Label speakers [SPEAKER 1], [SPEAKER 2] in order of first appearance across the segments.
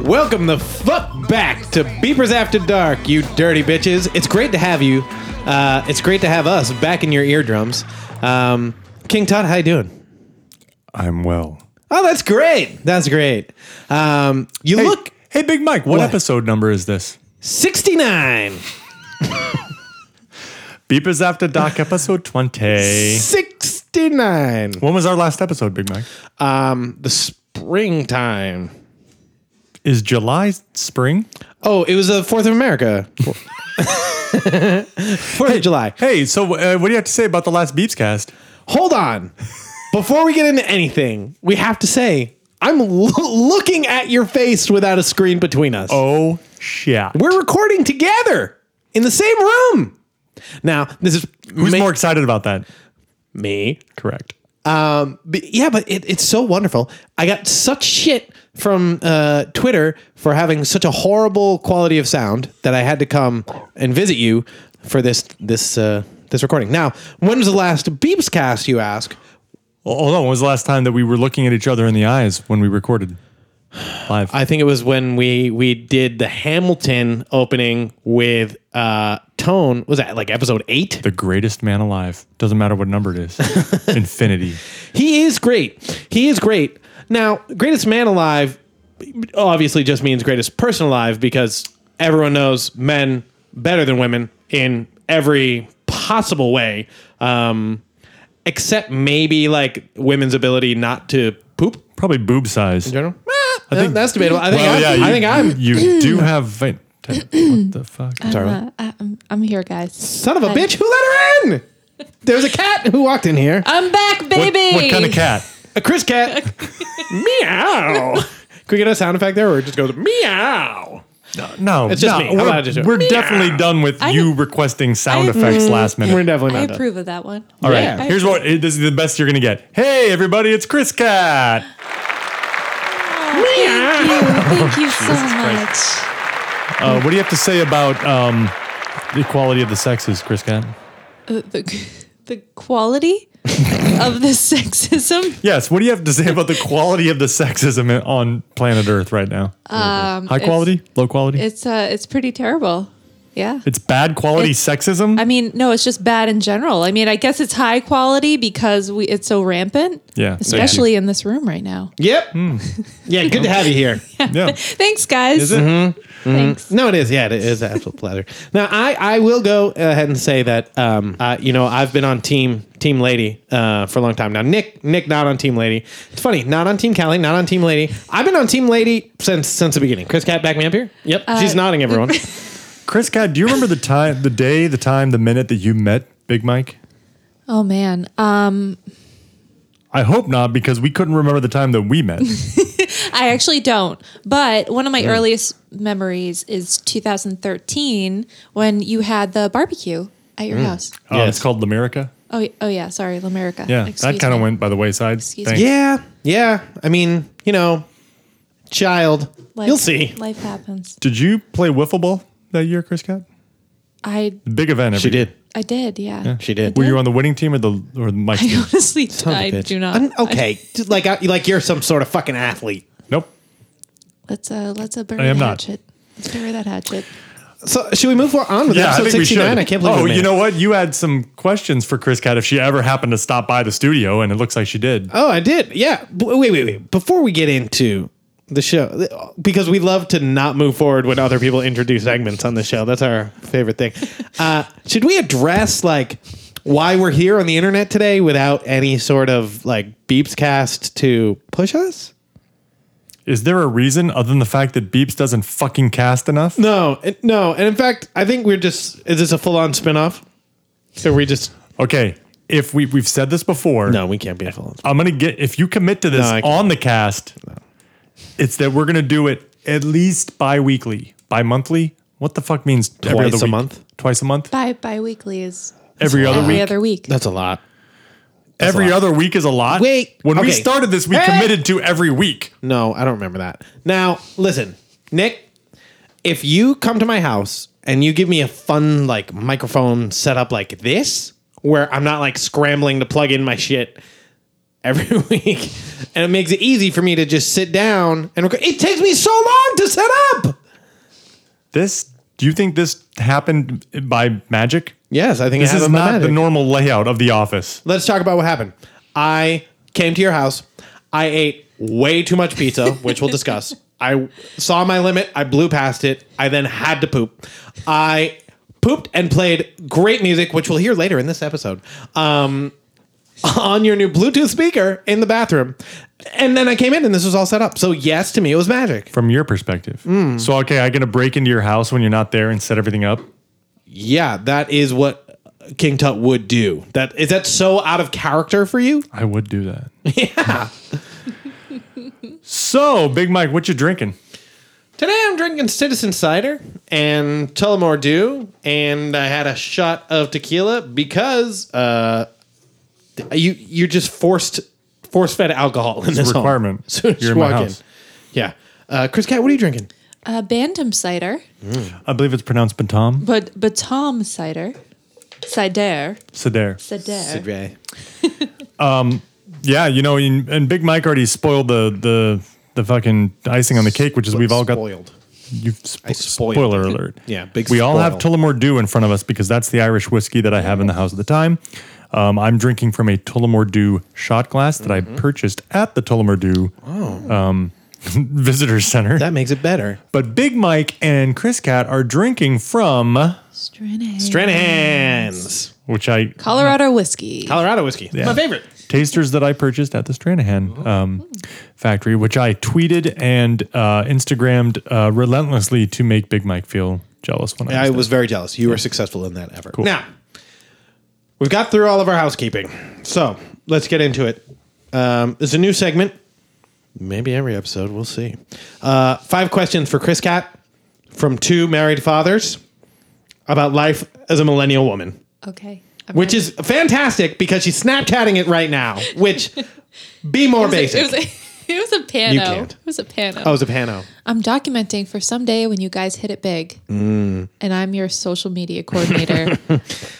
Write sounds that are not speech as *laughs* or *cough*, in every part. [SPEAKER 1] Welcome the fuck back to Beepers After Dark, you dirty bitches. It's great to have you. Uh, it's great to have us back in your eardrums. Um, King Todd, how you doing?
[SPEAKER 2] I'm well.
[SPEAKER 1] Oh, that's great. That's great. Um, you
[SPEAKER 2] Hey,
[SPEAKER 1] look
[SPEAKER 2] hey, Big Mike, what, episode number is this?
[SPEAKER 1] 69.
[SPEAKER 2] Beep is after Doc, episode *laughs* 20.
[SPEAKER 1] 69.
[SPEAKER 2] When was our last episode, Big Mike?
[SPEAKER 1] Um, the springtime.
[SPEAKER 2] Is July spring?
[SPEAKER 1] Oh, it was the 4th of *laughs* America. 4th of July.
[SPEAKER 2] Hey, so uh, what do you have to say about the last Beeps cast?
[SPEAKER 1] hold on. Before we get into anything, we have to say I'm lo- looking at your face without a screen between us.
[SPEAKER 2] Oh, shit.
[SPEAKER 1] We're recording together in the same room. Now, this is
[SPEAKER 2] Who's
[SPEAKER 1] ma-
[SPEAKER 2] more excited about that?
[SPEAKER 1] me.
[SPEAKER 2] Correct.
[SPEAKER 1] Um, but yeah, but it, it's so wonderful. I got such shit from uh, Twitter for having such a horrible quality of sound that I had to come and visit you for this this uh, this recording. Now, when was the last Beeps cast? You ask.
[SPEAKER 2] Well, hold on. When was the last time that we were looking at each other in the eyes when we recorded live?
[SPEAKER 1] I think it was when we we did the Hamilton opening with uh Tone. Was that like episode eight?
[SPEAKER 2] the greatest man alive. Doesn't matter what number it *laughs* is. Infinity.
[SPEAKER 1] He is great. He is great. Now, greatest man alive obviously just means greatest person alive because everyone knows men better than women in every possible way, um, except maybe like women's ability not to poop. in
[SPEAKER 2] Probably boob size.
[SPEAKER 1] General. Ah, that's debatable. I think,
[SPEAKER 2] Well,
[SPEAKER 1] I'm,
[SPEAKER 2] yeah,
[SPEAKER 1] I
[SPEAKER 2] you-
[SPEAKER 1] think I'm
[SPEAKER 2] You do have.
[SPEAKER 1] *clears throat*
[SPEAKER 2] What the fuck?
[SPEAKER 1] Darla.
[SPEAKER 3] Uh, I- I'm, I'm here, guys.
[SPEAKER 1] Son of a bitch, who let her in? There was a cat who walked in here.
[SPEAKER 3] I'm back,
[SPEAKER 2] What,
[SPEAKER 3] baby.
[SPEAKER 2] what kind of cat?
[SPEAKER 1] A Chris *laughs* cat. meow. Can we get a sound effect there or it just goes meow?
[SPEAKER 2] No,
[SPEAKER 1] It's just
[SPEAKER 2] no,
[SPEAKER 1] me. How
[SPEAKER 2] We're,
[SPEAKER 1] about I just do it?
[SPEAKER 2] we're definitely done with
[SPEAKER 3] I-
[SPEAKER 2] you requesting sound
[SPEAKER 3] I-
[SPEAKER 2] effects last minute.
[SPEAKER 1] We're definitely
[SPEAKER 3] I
[SPEAKER 1] not done.
[SPEAKER 3] approve of that one.
[SPEAKER 2] All right,
[SPEAKER 1] Yeah. I
[SPEAKER 2] here's what this is the best you're gonna get. Hey, everybody, it's Chris Cat.
[SPEAKER 3] Thank you. Thank you so much.
[SPEAKER 2] Uh, what do you have to say about um, the equality of the sexes, Chris Cat?
[SPEAKER 3] Uh, the, the quality of the *laughs* sexism.
[SPEAKER 2] Yes. What do you have to say about the quality of the sexism on planet Earth right now?
[SPEAKER 3] Um,
[SPEAKER 2] High
[SPEAKER 3] it's-
[SPEAKER 2] quality, low quality. It's,
[SPEAKER 3] It's uh, it's pretty terrible. Yeah.
[SPEAKER 2] bad quality
[SPEAKER 3] it's-
[SPEAKER 2] sexism.
[SPEAKER 3] I mean, no, it's just bad in general. I mean, I guess it's high quality because we it's so rampant.
[SPEAKER 2] yeah,
[SPEAKER 3] Especially in this room right now.
[SPEAKER 1] Yep. Hmm. Yeah, good to have you here.
[SPEAKER 2] Thank you. Yeah.
[SPEAKER 3] Thanks, guys.
[SPEAKER 2] Is it? Mm-hmm.
[SPEAKER 1] *laughs*
[SPEAKER 3] Thanks.
[SPEAKER 1] No, it is. Yeah, it is an absolute pleasure. Now, I, I will go ahead and say that um, uh, you know I've been on team team lady uh, for a long time now. Nick Nick not on team lady. It's funny, not on team Callie, not on team lady. I've been on team lady since since the beginning. Chris Cat, back me up here. Yep,
[SPEAKER 3] Uh,
[SPEAKER 1] she's nodding.
[SPEAKER 3] *laughs*
[SPEAKER 1] Everyone.
[SPEAKER 2] Chris Cat, do you remember the time, the day, the time, the minute that you met Big Mike? Mm-hmm.
[SPEAKER 3] Oh man. Um
[SPEAKER 2] I hope not, because we couldn't remember the time that we met.
[SPEAKER 3] I actually don't. But one of my earliest memories is 2013 when you had the barbecue at your house.
[SPEAKER 2] Oh,
[SPEAKER 1] Yes.
[SPEAKER 2] it's called Lamerica.
[SPEAKER 3] Oh, y- oh yeah, sorry, Lamerica.
[SPEAKER 2] Yeah,
[SPEAKER 3] Excuse
[SPEAKER 2] that kind of
[SPEAKER 3] me.
[SPEAKER 2] went by the wayside.
[SPEAKER 3] Excuse
[SPEAKER 2] Thanks.
[SPEAKER 3] me.
[SPEAKER 1] Yeah, yeah. I mean, you know, child.
[SPEAKER 3] Life-
[SPEAKER 1] You'll see.
[SPEAKER 3] Life happens.
[SPEAKER 2] Did you play wiffle ball that year, Chris Cat?
[SPEAKER 3] I
[SPEAKER 2] Big event. Every
[SPEAKER 1] She did.
[SPEAKER 3] I did. Yeah.
[SPEAKER 1] She did.
[SPEAKER 2] Were you on the winning team or the or Mike's
[SPEAKER 3] I
[SPEAKER 2] team?
[SPEAKER 3] *laughs* honestly,
[SPEAKER 1] Son of a
[SPEAKER 3] I
[SPEAKER 1] bitch. oh.
[SPEAKER 3] do not.
[SPEAKER 1] Un-
[SPEAKER 3] *laughs*
[SPEAKER 1] okay, Just like I, like you're some sort of fucking athlete.
[SPEAKER 2] Nope.
[SPEAKER 3] Let's uh, let's uh, bury
[SPEAKER 2] I am
[SPEAKER 3] the
[SPEAKER 2] not.
[SPEAKER 3] hatchet. Let's bury that hatchet.
[SPEAKER 1] So should we move on with episode sixty nine? I can't believe.
[SPEAKER 2] Oh,
[SPEAKER 1] we made
[SPEAKER 2] you
[SPEAKER 1] it.
[SPEAKER 2] know what? You had some questions for Chris Cat if she ever happened to stop by the studio, and it looks like she did.
[SPEAKER 1] Oh, I did. Yeah. B- Wait, wait, wait. Before we get into the show, th- because we love to not move forward when other people introduce segments on the show. That's our favorite *laughs* thing. Uh, should we address like why we're here on the internet today without any sort of like beeps cast to push us?
[SPEAKER 2] Is there a reason other than the fact that Beeps doesn't fucking cast enough?
[SPEAKER 1] No, it- no. And in fact, I think we're just is this a full on spinoff? Or we just
[SPEAKER 2] Okay, if we we've said this before,
[SPEAKER 1] no, we can't be a full on.
[SPEAKER 2] I'm gonna get if you commit to this
[SPEAKER 1] No, I can't.
[SPEAKER 2] on the cast, it's that we're gonna do it at least bi-weekly, bi-monthly. What the fuck means every
[SPEAKER 1] Twice
[SPEAKER 2] other
[SPEAKER 1] a
[SPEAKER 2] week?
[SPEAKER 1] month?
[SPEAKER 2] Twice a month?
[SPEAKER 3] Bi bi-weekly is
[SPEAKER 2] Every other
[SPEAKER 3] every
[SPEAKER 2] week.
[SPEAKER 3] other week.
[SPEAKER 1] That's a lot. a
[SPEAKER 2] Every
[SPEAKER 1] lot.
[SPEAKER 2] other week is a lot.
[SPEAKER 1] Wait,
[SPEAKER 2] when
[SPEAKER 1] okay.
[SPEAKER 2] we started this, we
[SPEAKER 1] Hey!
[SPEAKER 2] committed to every week.
[SPEAKER 1] No, I don't remember that. Now, listen, Nick, if you come to my house and you give me a fun like microphone setup like this, where I'm not like scrambling to plug in my shit, every *laughs* week, and it makes it easy for me to just sit down and record. It takes me so long to set up.
[SPEAKER 2] This, do you think this happened by magic?
[SPEAKER 1] Yes, I think
[SPEAKER 2] This
[SPEAKER 1] it
[SPEAKER 2] is
[SPEAKER 1] happened by
[SPEAKER 2] not the
[SPEAKER 1] magic.
[SPEAKER 2] normal layout of the office.
[SPEAKER 1] Let's talk about what happened. I came to your house. I ate way too much pizza, *laughs* which we'll discuss. I saw my limit. I blew past it. I then had to poop. I pooped and played great music, which we'll hear later in this episode, um, on your new Bluetooth speaker in the bathroom. And then I came in and this was all set up. So, yes, to me, it was magic.
[SPEAKER 2] from your perspective.
[SPEAKER 1] Hmm.
[SPEAKER 2] So okay, I gonna break into your house when you're not there and set everything up.
[SPEAKER 1] Yeah, that is what King Tut would do. That is that so out of character for you?
[SPEAKER 2] I would do
[SPEAKER 1] *laughs*
[SPEAKER 2] that. Yeah. so Big Mike, what you drinking?
[SPEAKER 1] Today I'm drinking Citizen Cider and Tullamore Dew, and I had a shot of tequila because uh, th- you you're just forced force fed alcohol in this
[SPEAKER 2] a
[SPEAKER 1] home.
[SPEAKER 2] requirement.
[SPEAKER 1] *laughs* So you
[SPEAKER 2] You're in my
[SPEAKER 1] walk
[SPEAKER 2] house.
[SPEAKER 1] in. Yeah, uh, Chris Cat, what are you drinking?
[SPEAKER 3] Uh, Bantam cider,
[SPEAKER 2] I believe it's pronounced Batam.
[SPEAKER 3] but Batam cider, cider,
[SPEAKER 2] Sedair.
[SPEAKER 3] cider.
[SPEAKER 1] Sidre.
[SPEAKER 2] Yeah, you know, and, and Big Mike already spoiled the the the fucking icing on the cake, which is we've all got.
[SPEAKER 1] spoiled.
[SPEAKER 2] You've spo-
[SPEAKER 1] I spoiled.
[SPEAKER 2] spoiler alert.
[SPEAKER 1] *laughs* Yeah, big
[SPEAKER 2] We all have
[SPEAKER 1] spoil.
[SPEAKER 2] Tullamore Dew in front of us because that's the Irish whiskey that I have in the house at the time. Um, I'm drinking from a Tullamore Dew shot glass that
[SPEAKER 1] Mm-hmm.
[SPEAKER 2] I purchased at the Tullamore Dew
[SPEAKER 1] Oh.
[SPEAKER 2] um, *laughs* visitor center.
[SPEAKER 1] That makes it better.
[SPEAKER 2] but Big Mike and Chris Cat are drinking from,
[SPEAKER 3] Stranahan.
[SPEAKER 1] Stranahan's
[SPEAKER 2] which I
[SPEAKER 3] Colorado whiskey.
[SPEAKER 1] Colorado whiskey. It's My favorite.
[SPEAKER 2] tasters that I purchased at the Stranahan um, factory, which I tweeted and uh, Instagrammed uh, relentlessly to make Big Mike feel jealous when I,
[SPEAKER 1] I
[SPEAKER 2] was
[SPEAKER 1] was very jealous. You were successful in that effort. Now, we've got through all of our housekeeping. So let's get into it. Um, it's a new segment. Maybe every episode. We'll see. Uh, five questions for Chris Cat from two married fathers about life as a millennial woman,
[SPEAKER 3] Okay. I'm
[SPEAKER 1] which
[SPEAKER 3] ready.
[SPEAKER 1] is fantastic because she's Snapchatting it right now, which be more basic.
[SPEAKER 3] *laughs* It was a, it was a *laughs* pano.
[SPEAKER 1] You can't.
[SPEAKER 3] It was a pano.
[SPEAKER 1] oh, it was a pano.
[SPEAKER 3] I'm documenting for someday when you guys hit it big,
[SPEAKER 1] Mm.
[SPEAKER 3] and I'm your social
[SPEAKER 1] *laughs*
[SPEAKER 3] media coordinator.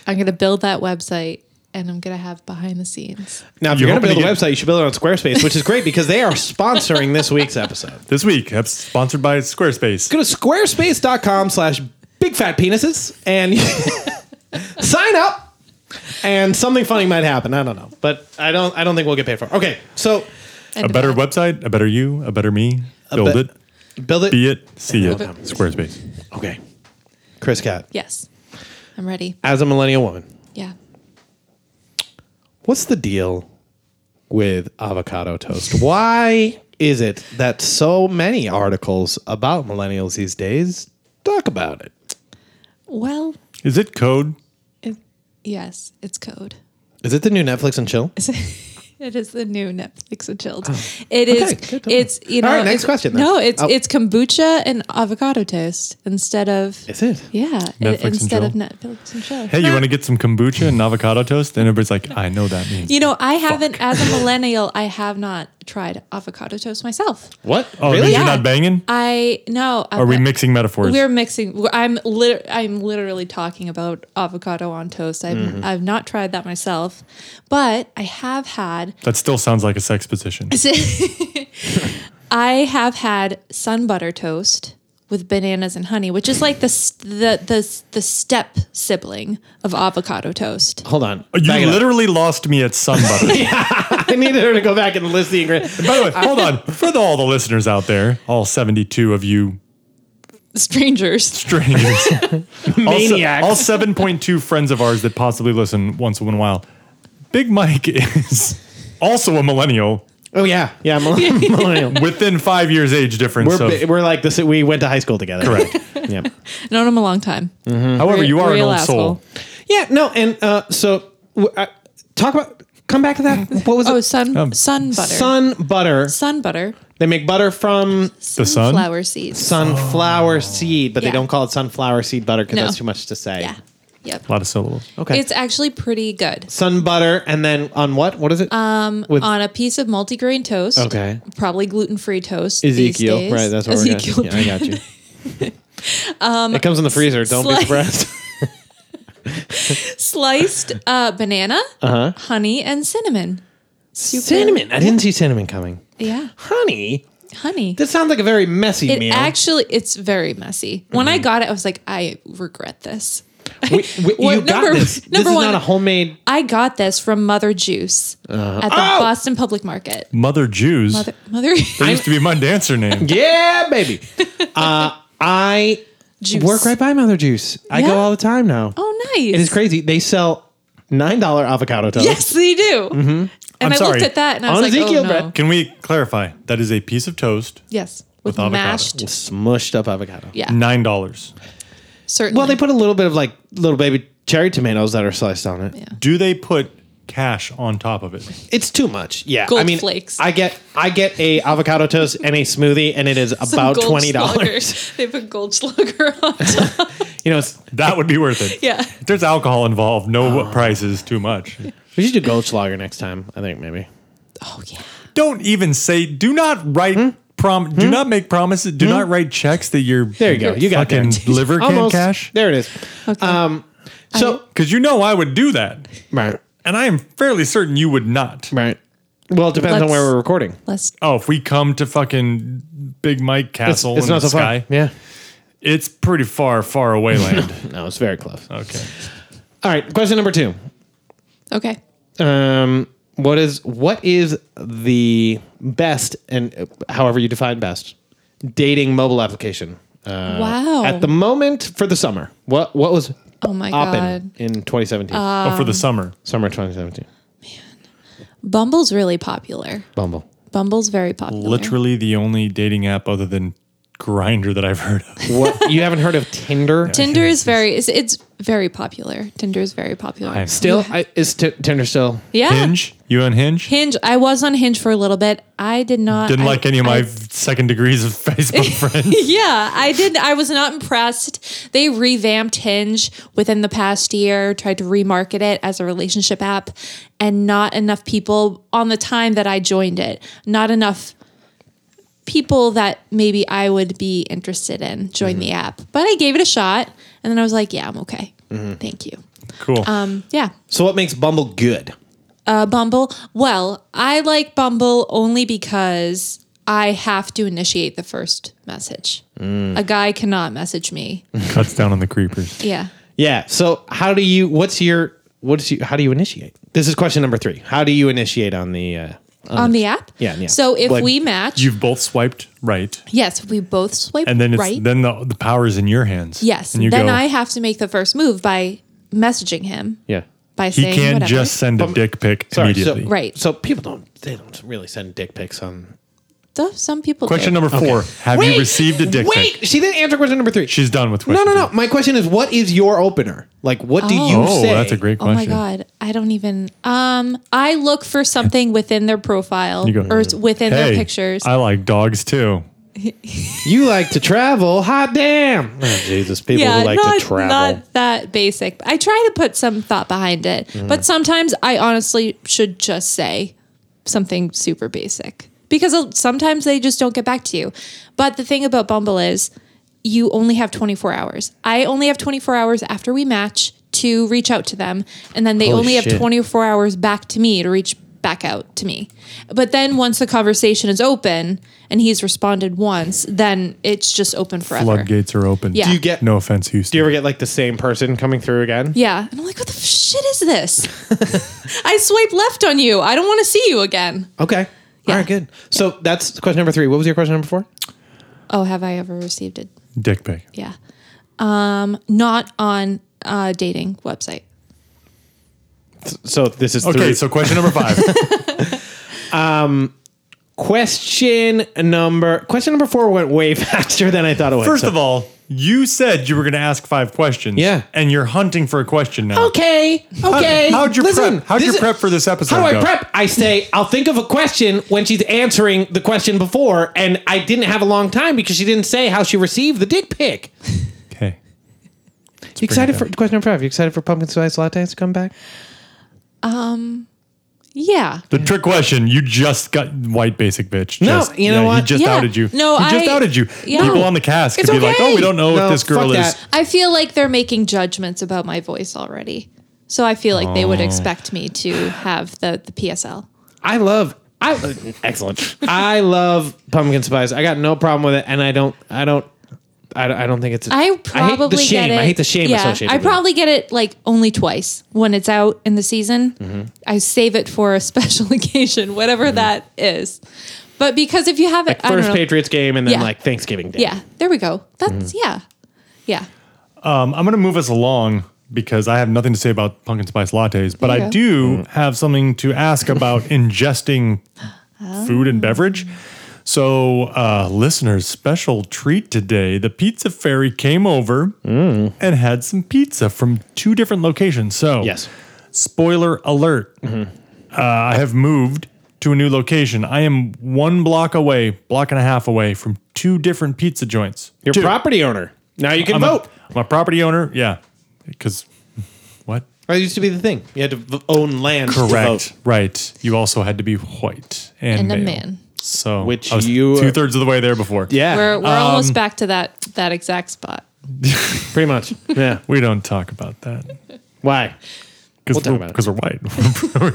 [SPEAKER 3] I'm gonna build that website, and I'm gonna have behind the scenes.
[SPEAKER 1] Now, if
[SPEAKER 2] You're
[SPEAKER 1] you're, going to
[SPEAKER 2] hoping
[SPEAKER 1] build
[SPEAKER 2] to
[SPEAKER 1] a website,
[SPEAKER 2] get-
[SPEAKER 1] you should build it on Squarespace, which is great because they are sponsoring this week's episode.
[SPEAKER 2] this week. That's sponsored by Squarespace.
[SPEAKER 1] go to squarespace.com slash big fat penises and *laughs* sign up and something funny might happen i don't know but i don't i don't think we'll get paid for it okay so
[SPEAKER 2] a better website, a better you, a better me. Build
[SPEAKER 1] be-
[SPEAKER 2] it,
[SPEAKER 1] build it
[SPEAKER 2] be it, see it. Squarespace.
[SPEAKER 1] okay chris cat
[SPEAKER 3] Yes, I'm ready.
[SPEAKER 1] as a millennial woman
[SPEAKER 3] Yeah.
[SPEAKER 1] what's the deal with avocado toast why is it that so many articles about millennials these days talk about it
[SPEAKER 3] Well,
[SPEAKER 2] Is it code?
[SPEAKER 3] it, yes, it's code.
[SPEAKER 1] is it the new netflix and chill
[SPEAKER 3] It is the new Netflix and chilled. It is.
[SPEAKER 1] Oh. Okay, good to know.
[SPEAKER 3] It's you know.
[SPEAKER 1] All right, next
[SPEAKER 3] it's-
[SPEAKER 1] question then.
[SPEAKER 3] No, it's
[SPEAKER 1] Oh.
[SPEAKER 3] it's kombucha and avocado toast instead of
[SPEAKER 1] is it
[SPEAKER 3] yeah
[SPEAKER 2] Netflix and
[SPEAKER 3] instead
[SPEAKER 2] chill.
[SPEAKER 3] of Netflix and chill.
[SPEAKER 2] Hey, you want to get some kombucha and avocado toast? And everybody's like, I know that means.
[SPEAKER 3] You know, I haven't, as
[SPEAKER 2] *laughs*
[SPEAKER 3] a millennial, I have not tried avocado toast myself.
[SPEAKER 1] what
[SPEAKER 2] Oh, it
[SPEAKER 1] really
[SPEAKER 2] means you're not banging?
[SPEAKER 3] I no.
[SPEAKER 2] Are we mixing metaphors?
[SPEAKER 3] We're mixing. I'm lit- I'm literally talking about avocado on toast. I've
[SPEAKER 2] Mm-hmm.
[SPEAKER 3] I've not tried that myself, but I have had. *laughs*
[SPEAKER 2] that still sounds like a sex position.
[SPEAKER 3] I have had sun butter toast with bananas and honey, which is like the s- the the the step sibling of avocado toast. *laughs*
[SPEAKER 1] hold on
[SPEAKER 2] You
[SPEAKER 1] Back it up.
[SPEAKER 2] literally lost me at sun butter.
[SPEAKER 1] *laughs* i needed her to go back and list the ingredients
[SPEAKER 2] *laughs* By
[SPEAKER 3] *laughs*
[SPEAKER 2] the way, hold on. For the, all the listeners out there, all 72 of you
[SPEAKER 3] Strangers. *laughs*
[SPEAKER 2] strangers, all se-
[SPEAKER 1] Maniacs.
[SPEAKER 2] all 7.2 friends of ours that possibly listen once in a while, Big Mike is also a millennial
[SPEAKER 1] Oh yeah, *laughs* yeah, mil- millennial.
[SPEAKER 2] within five years age difference.
[SPEAKER 1] We're
[SPEAKER 2] of-
[SPEAKER 1] bi- we're like this. We went to high school together.
[SPEAKER 2] *laughs* Correct.
[SPEAKER 1] yeah.
[SPEAKER 3] Known him a long time.
[SPEAKER 2] However, you are an
[SPEAKER 3] Real
[SPEAKER 2] old
[SPEAKER 3] asshole.
[SPEAKER 2] soul.
[SPEAKER 1] Yeah. No. And uh, so w- uh, talk about. Come back to that. What was
[SPEAKER 3] Oh,
[SPEAKER 1] it?
[SPEAKER 3] sun
[SPEAKER 2] Um,
[SPEAKER 3] sun butter.
[SPEAKER 1] Sun butter.
[SPEAKER 3] sun butter.
[SPEAKER 1] They make butter from
[SPEAKER 2] The sun?
[SPEAKER 3] Sunflower seeds.
[SPEAKER 1] sunflower seed, but
[SPEAKER 3] Yeah.
[SPEAKER 1] they don't call it sunflower seed butter because
[SPEAKER 3] No.
[SPEAKER 1] that's too much to say.
[SPEAKER 3] Yeah. Yep.
[SPEAKER 2] A lot of syllables.
[SPEAKER 1] Okay.
[SPEAKER 3] It's actually pretty good.
[SPEAKER 1] sun butter, and then on what? What is it? Um. With
[SPEAKER 3] On a piece of multigrain toast.
[SPEAKER 1] Okay.
[SPEAKER 3] Probably gluten free toast.
[SPEAKER 1] Ezekiel.
[SPEAKER 3] These days. Um,
[SPEAKER 1] Right. That's what
[SPEAKER 3] Ezekiel.
[SPEAKER 1] we're gonna. Yeah, I got you.
[SPEAKER 3] *laughs*
[SPEAKER 1] it comes in the freezer. Don't be
[SPEAKER 3] slice- *laughs*
[SPEAKER 1] surprised.
[SPEAKER 3] Sliced uh, banana, honey, and cinnamon. super
[SPEAKER 1] Uh-huh. Cinnamon. I didn't see cinnamon coming.
[SPEAKER 3] Yeah,
[SPEAKER 1] Honey.
[SPEAKER 3] honey.
[SPEAKER 1] That sounds like a very messy
[SPEAKER 3] it
[SPEAKER 1] meal. Mm-hmm.
[SPEAKER 3] actually it's very messy. When I got it, I was like, I regret this.
[SPEAKER 1] we,
[SPEAKER 3] *laughs*
[SPEAKER 1] we,
[SPEAKER 3] What-
[SPEAKER 1] you got
[SPEAKER 3] number-
[SPEAKER 1] this. This is
[SPEAKER 3] number one-
[SPEAKER 1] not a homemade.
[SPEAKER 3] I got this from Mother Juice at the
[SPEAKER 1] Oh!
[SPEAKER 3] Boston Public Market.
[SPEAKER 2] Mother Jews.
[SPEAKER 3] Mother, Mother *laughs*
[SPEAKER 2] that used to be my dancer name.
[SPEAKER 1] Yeah, baby. uh, I
[SPEAKER 3] Juice.
[SPEAKER 1] work right by Mother Juice. I
[SPEAKER 3] Yeah?
[SPEAKER 1] go all the time now.
[SPEAKER 3] Oh, nice.
[SPEAKER 1] It is crazy. They sell $9 avocado toast.
[SPEAKER 3] Yes, they do. And
[SPEAKER 2] Mm-hmm. I'm
[SPEAKER 3] I
[SPEAKER 2] sorry.
[SPEAKER 3] looked at that and I was
[SPEAKER 1] On
[SPEAKER 3] like,
[SPEAKER 1] Ezekiel
[SPEAKER 3] oh no.
[SPEAKER 1] bread.
[SPEAKER 2] Can we clarify? That is a piece of toast,
[SPEAKER 3] Yes, with,
[SPEAKER 2] With avocado.
[SPEAKER 3] mashed.
[SPEAKER 1] Smushed up avocado.
[SPEAKER 3] Yeah,
[SPEAKER 2] nine dollars.
[SPEAKER 3] certainly.
[SPEAKER 1] Well, they put a little bit of like little baby cherry tomatoes that are sliced on it.
[SPEAKER 2] Do they put cash on top of it?
[SPEAKER 1] It's too much. Yeah.
[SPEAKER 3] Gold
[SPEAKER 1] I mean,
[SPEAKER 3] flakes.
[SPEAKER 1] I get I get a avocado toast and a smoothie and it is
[SPEAKER 3] Some
[SPEAKER 1] about $20.
[SPEAKER 3] Goldschlager. *laughs* They put
[SPEAKER 2] *laughs*
[SPEAKER 3] Goldschlager on top.
[SPEAKER 1] *laughs* You know, it's,
[SPEAKER 2] That would be worth it.
[SPEAKER 3] *laughs* Yeah. Oh.
[SPEAKER 2] If there's alcohol involved, no price is too much.
[SPEAKER 1] we should do Goldschlager next time, I think maybe.
[SPEAKER 3] Oh yeah.
[SPEAKER 2] Don't even say. Do not write.
[SPEAKER 1] Hmm?
[SPEAKER 2] Prom. Do not make promises. Do not write checks that you're.
[SPEAKER 1] There you go. You got
[SPEAKER 2] fucking
[SPEAKER 1] there.
[SPEAKER 2] liver can
[SPEAKER 1] Almost.
[SPEAKER 2] cash.
[SPEAKER 1] There it is. Um so
[SPEAKER 2] Because you know I would do that,
[SPEAKER 1] right.
[SPEAKER 2] and I am fairly certain you would not.
[SPEAKER 1] Right. Well, it depends on
[SPEAKER 3] Let's-
[SPEAKER 1] where we're recording.
[SPEAKER 3] Let's.
[SPEAKER 2] Oh, if we come to fucking Big Mike
[SPEAKER 1] It's,
[SPEAKER 2] Castle
[SPEAKER 1] it's
[SPEAKER 2] in
[SPEAKER 1] not
[SPEAKER 2] the
[SPEAKER 1] so
[SPEAKER 2] sky,
[SPEAKER 1] far. Yeah.
[SPEAKER 2] it's pretty far, far
[SPEAKER 1] *laughs*
[SPEAKER 2] away land.
[SPEAKER 1] No, it's very close.
[SPEAKER 2] okay.
[SPEAKER 1] All right, question number 2.
[SPEAKER 3] Okay.
[SPEAKER 1] Um, what is what is the best and uh, however you define best dating mobile application? Uh,
[SPEAKER 3] Wow.
[SPEAKER 1] At the moment for the summer, what what was
[SPEAKER 3] Oh my
[SPEAKER 1] oppin'
[SPEAKER 3] god. Uh,
[SPEAKER 1] in 2017?
[SPEAKER 2] oh,
[SPEAKER 3] Um,
[SPEAKER 2] for the summer.
[SPEAKER 1] summer 2017.
[SPEAKER 3] Bumble's really popular.
[SPEAKER 1] Bumble.
[SPEAKER 3] Bumble's very popular.
[SPEAKER 2] Literally the only dating app other than Grinder that I've heard of.
[SPEAKER 1] What you haven't heard of
[SPEAKER 3] *laughs*
[SPEAKER 1] Tinder?
[SPEAKER 2] *laughs*
[SPEAKER 3] Tinder is very. It's, it's very popular. Tinder is very popular.
[SPEAKER 2] I'm-
[SPEAKER 1] Still, I, is t- Tinder still?
[SPEAKER 3] yeah.
[SPEAKER 2] Hinge? You on Hinge?
[SPEAKER 3] Hinge. I was on Hinge for a little bit. I did not.
[SPEAKER 2] Didn't
[SPEAKER 3] I-
[SPEAKER 2] like any of my
[SPEAKER 3] I-
[SPEAKER 2] second degrees of Facebook
[SPEAKER 3] *laughs*
[SPEAKER 2] friends.
[SPEAKER 3] yeah, I did. I was not impressed. They revamped Hinge within the past year, tried to remarket it as a relationship app, and not enough people on the time that I joined it. Not enough people that maybe I would be interested in join the app. But I gave it a shot, and then I was like, yeah, I'm okay. Thank you.
[SPEAKER 2] Cool.
[SPEAKER 3] Um, yeah.
[SPEAKER 1] So what makes Bumble good?
[SPEAKER 3] Uh, Bumble. Well, I like Bumble only because I have to initiate the first message. A guy cannot message me.
[SPEAKER 2] Cuts down on the creepers.
[SPEAKER 3] yeah.
[SPEAKER 1] Yeah. So how do you? What's your? What's you? How do you initiate? This is question number three. How do you initiate on the? Uh,
[SPEAKER 2] Um,
[SPEAKER 3] On the app?
[SPEAKER 1] Yeah, yeah.
[SPEAKER 3] So if
[SPEAKER 2] Like,
[SPEAKER 3] we match,
[SPEAKER 2] You've both swiped right.
[SPEAKER 3] yes, we both swipe
[SPEAKER 2] And then it's
[SPEAKER 3] right.
[SPEAKER 2] then the, the power is in your hands.
[SPEAKER 3] yes.
[SPEAKER 2] And you
[SPEAKER 3] Then
[SPEAKER 2] go,
[SPEAKER 3] I have to make the first move by messaging him,
[SPEAKER 1] yeah.
[SPEAKER 3] by
[SPEAKER 2] he
[SPEAKER 3] saying
[SPEAKER 2] can't
[SPEAKER 3] whatever.
[SPEAKER 2] just send a dick pic immediately.
[SPEAKER 1] So,
[SPEAKER 3] Right.
[SPEAKER 1] So people don't they don't really send dick pics on.
[SPEAKER 3] Duh, Some people
[SPEAKER 2] Question
[SPEAKER 3] do.
[SPEAKER 2] number four. Have you received a dick
[SPEAKER 1] Wait,
[SPEAKER 2] pic?
[SPEAKER 1] she didn't answer question number three.
[SPEAKER 2] She's done with
[SPEAKER 1] no,
[SPEAKER 2] question
[SPEAKER 1] no, no.
[SPEAKER 2] three.
[SPEAKER 1] My question is, what is your opener? Like, what do you
[SPEAKER 2] Oh,
[SPEAKER 1] say?
[SPEAKER 2] that's a great
[SPEAKER 3] Oh my
[SPEAKER 2] question.
[SPEAKER 3] god, I don't even. Um, I look for something within their profile
[SPEAKER 2] You go,
[SPEAKER 3] or s- within their
[SPEAKER 2] Hey,
[SPEAKER 3] pictures.
[SPEAKER 2] I like dogs too.
[SPEAKER 1] You like to travel? Hot damn! Oh, Jesus, people who like
[SPEAKER 3] not,
[SPEAKER 1] to travel.
[SPEAKER 3] not that basic. I try to put some thought behind it,
[SPEAKER 1] Mm-hmm.
[SPEAKER 3] but sometimes I honestly should just say something super basic because sometimes they just don't get back to you. But the thing about Bumble is you only have 24 hours. I only have 24 hours after we match to reach out to them, and then they
[SPEAKER 1] Holy
[SPEAKER 3] only
[SPEAKER 1] shit.
[SPEAKER 3] have 24 hours back to me to reach back out to me. But then once the conversation is open and he's responded once, then it's just open forever.
[SPEAKER 2] Floodgates are open.
[SPEAKER 3] Yeah. Do
[SPEAKER 1] you get-
[SPEAKER 2] no offense, Houston?
[SPEAKER 1] do you ever get like the same person coming through again?
[SPEAKER 3] Yeah. And I'm like, what the f- shit is this? *laughs* I swipe left on you. I don't want to see you again.
[SPEAKER 1] Okay. All right, good. So that's question number three. What was your question number four?
[SPEAKER 3] Oh, have I ever received it?
[SPEAKER 2] dick pic.
[SPEAKER 3] Yeah. Um, not on a dating website.
[SPEAKER 1] So this is
[SPEAKER 2] Okay,
[SPEAKER 1] through-
[SPEAKER 2] so question number five.
[SPEAKER 1] question number question number four went way *laughs* faster than I thought it would.
[SPEAKER 2] *laughs* First
[SPEAKER 1] So-
[SPEAKER 2] of *laughs* all, you said you were going to ask five questions.
[SPEAKER 1] Yeah.
[SPEAKER 2] and you're hunting for a question now.
[SPEAKER 1] Okay. Okay.
[SPEAKER 2] how'd your
[SPEAKER 1] Listen,
[SPEAKER 2] prep- how'd your
[SPEAKER 1] this is-
[SPEAKER 2] prep for this episode
[SPEAKER 1] How do I
[SPEAKER 2] go?
[SPEAKER 1] prep? I say I'll think of a question when she's answering the question before, and I didn't have a long time because she didn't say how she received the dick pic.
[SPEAKER 2] Okay.
[SPEAKER 1] You excited for
[SPEAKER 2] good.
[SPEAKER 1] question number five? You excited for pumpkin spice lattes to come back?
[SPEAKER 3] Yeah.
[SPEAKER 2] The trick question. You just got white basic bitch.
[SPEAKER 1] No,
[SPEAKER 2] Just-
[SPEAKER 1] you know
[SPEAKER 2] yeah,
[SPEAKER 1] what?
[SPEAKER 2] He just
[SPEAKER 3] Yeah.
[SPEAKER 2] outed you.
[SPEAKER 3] No,
[SPEAKER 2] he just
[SPEAKER 3] I-
[SPEAKER 2] outed you.
[SPEAKER 3] Yeah.
[SPEAKER 2] People on the cast
[SPEAKER 1] It's
[SPEAKER 2] could be like,
[SPEAKER 1] okay.
[SPEAKER 2] "Oh, we don't know
[SPEAKER 1] No,
[SPEAKER 2] if this girl
[SPEAKER 1] fuck
[SPEAKER 2] is."
[SPEAKER 1] that.
[SPEAKER 3] I feel like they're making judgments about my voice already. So I feel like they would expect me to have the, the PSL.
[SPEAKER 1] I love.
[SPEAKER 2] *laughs*
[SPEAKER 1] I excellent. I love pumpkin spice. I got no problem with it, and I don't. I don't. I don't, I don't think it's.
[SPEAKER 3] I
[SPEAKER 1] hate the
[SPEAKER 3] probably
[SPEAKER 1] shame.
[SPEAKER 3] get it.
[SPEAKER 1] I hate the shame
[SPEAKER 3] yeah,
[SPEAKER 1] associated.
[SPEAKER 3] I
[SPEAKER 1] with it.
[SPEAKER 3] probably get it like only twice when it's out in the season.
[SPEAKER 1] Mm-hmm.
[SPEAKER 3] I save it for a *laughs* special occasion, whatever that is. But because if you have it,
[SPEAKER 1] like
[SPEAKER 3] I don't
[SPEAKER 1] first
[SPEAKER 3] know.
[SPEAKER 1] Patriots game and then
[SPEAKER 3] Yeah.
[SPEAKER 1] like Thanksgiving Day.
[SPEAKER 3] Yeah, there we go. That's
[SPEAKER 1] Mm-hmm.
[SPEAKER 3] yeah, yeah.
[SPEAKER 2] Um, I'm going to move us along because I have nothing to say about pumpkin spice lattes, but
[SPEAKER 3] Yeah.
[SPEAKER 2] I do
[SPEAKER 1] Mm.
[SPEAKER 2] have something to ask
[SPEAKER 1] *laughs*
[SPEAKER 2] about ingesting food and
[SPEAKER 1] Oh.
[SPEAKER 2] beverage. So, uh, listeners, special treat today. The pizza fairy came over
[SPEAKER 1] Mm.
[SPEAKER 2] and had some pizza from two different locations. So,
[SPEAKER 1] Yes.
[SPEAKER 2] spoiler alert, uh, I have moved to a new location. I am one block away, block and a half away from two different pizza joints.
[SPEAKER 1] You're
[SPEAKER 2] Two.
[SPEAKER 1] a property owner. Now you can
[SPEAKER 2] I'm
[SPEAKER 1] vote.
[SPEAKER 2] A, I'm a property owner. Yeah. Because what?
[SPEAKER 1] that used to be the thing. You had to v- own land. to vote.
[SPEAKER 2] Right. You also had to be white and,
[SPEAKER 3] And a
[SPEAKER 2] male.
[SPEAKER 3] man.
[SPEAKER 2] So
[SPEAKER 1] Which
[SPEAKER 2] I was
[SPEAKER 1] you-
[SPEAKER 2] two thirds of the way there before.
[SPEAKER 1] Yeah, Uh, Um,
[SPEAKER 3] We're we're almost back to that that exact spot.
[SPEAKER 1] pretty much. Yeah.
[SPEAKER 2] We don't talk about that *laughs*
[SPEAKER 1] Why? We'll
[SPEAKER 2] because
[SPEAKER 1] talk
[SPEAKER 2] we're,
[SPEAKER 1] about it.
[SPEAKER 2] 'cause we're white.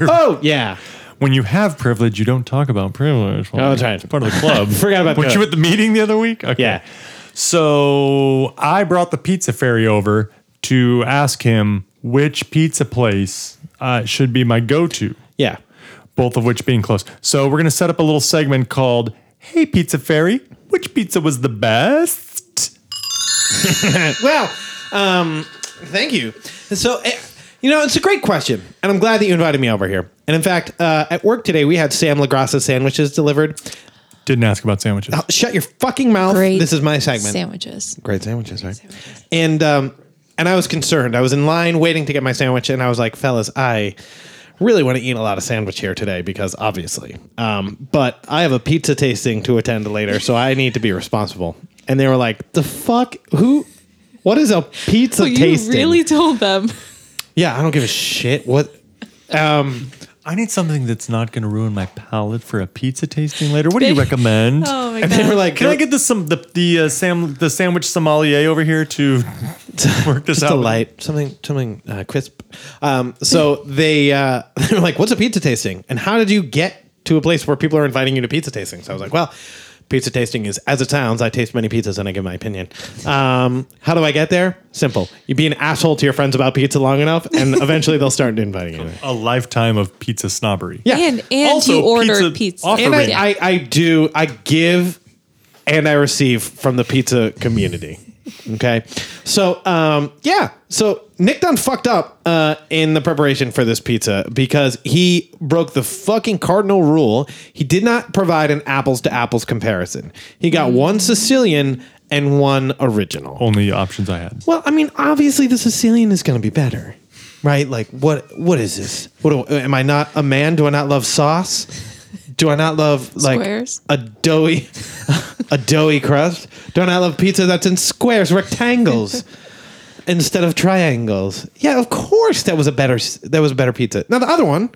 [SPEAKER 2] *laughs*
[SPEAKER 1] Oh yeah.
[SPEAKER 2] when you have privilege, you don't talk about privilege. Well,
[SPEAKER 1] Oh, that's right.
[SPEAKER 2] It's part of the
[SPEAKER 1] *laughs*
[SPEAKER 2] club.
[SPEAKER 1] Forgot about
[SPEAKER 2] Were
[SPEAKER 1] that.
[SPEAKER 2] you at the meeting the other week? Okay.
[SPEAKER 1] Yeah.
[SPEAKER 2] So I brought the pizza fairy over to ask him which pizza place uh, should be my go-to.
[SPEAKER 1] Yeah.
[SPEAKER 2] both of which being close. So we're going to set up a little segment called Hey Pizza Fairy, which pizza was the best?
[SPEAKER 1] Well, um, thank you. So, eh, you know, it's a great question, and I'm glad that you invited me over here. And in fact, uh, at work today, we had Sam LaGrassa sandwiches delivered.
[SPEAKER 2] Didn't ask about sandwiches.
[SPEAKER 1] Shut your fucking mouth.
[SPEAKER 3] Great
[SPEAKER 1] This is my segment.
[SPEAKER 3] Sandwiches.
[SPEAKER 1] Great sandwiches, right? And um, and I was concerned. I was in line waiting to get my sandwich, and I was like, "Fellas, I really want to eat a lot of sandwich here today because obviously, um, but I have a pizza tasting to attend to later, so I need to be responsible." And they were like, "The fuck? Who? What is a pizza
[SPEAKER 3] Oh, you
[SPEAKER 1] tasting?
[SPEAKER 3] really told them.
[SPEAKER 1] Yeah, I don't give a shit. What?
[SPEAKER 2] I need something that's not going to ruin my palate for a pizza tasting later. What do you
[SPEAKER 3] They-
[SPEAKER 2] recommend?
[SPEAKER 3] *laughs* Oh my
[SPEAKER 1] And they were
[SPEAKER 3] god.
[SPEAKER 1] like,
[SPEAKER 2] Can I get the some the the uh, sam the sandwich sommelier over here to work this
[SPEAKER 1] just
[SPEAKER 2] out?
[SPEAKER 1] a light something something uh, crisp um, so they uh, *laughs* they were like what's a pizza tasting and how did you get to a place where people are inviting you to pizza tasting so i was like well pizza tasting is as it sounds i taste many pizzas and i give my opinion um, how do i get there simple you be an asshole to your friends about pizza long enough and eventually they'll start inviting you
[SPEAKER 2] A lifetime of pizza snobbery.
[SPEAKER 1] yeah
[SPEAKER 3] and and
[SPEAKER 2] Also,
[SPEAKER 3] you ordered
[SPEAKER 2] pizza
[SPEAKER 3] pizza.
[SPEAKER 2] offer
[SPEAKER 1] and
[SPEAKER 2] Yeah.
[SPEAKER 1] I, I, I do I give and I receive from the pizza community. Okay, so um, yeah, so Nick Dunn fucked up uh, in the preparation for this pizza because he broke the fucking cardinal rule. He did not provide an apples to apples comparison. He got one Sicilian and one original.
[SPEAKER 2] Only options I had.
[SPEAKER 1] Well, I mean, obviously the Sicilian is going to be better, right? Like, what what is this? What do, am I not a man? Do I not love sauce? Do I not love like
[SPEAKER 3] Squares?
[SPEAKER 1] a doughy *laughs* a doughy crust? Do I not love pizza that's in squares, rectangles? Instead of triangles, yeah, of course that was a better s- that was a better pizza. Now the other one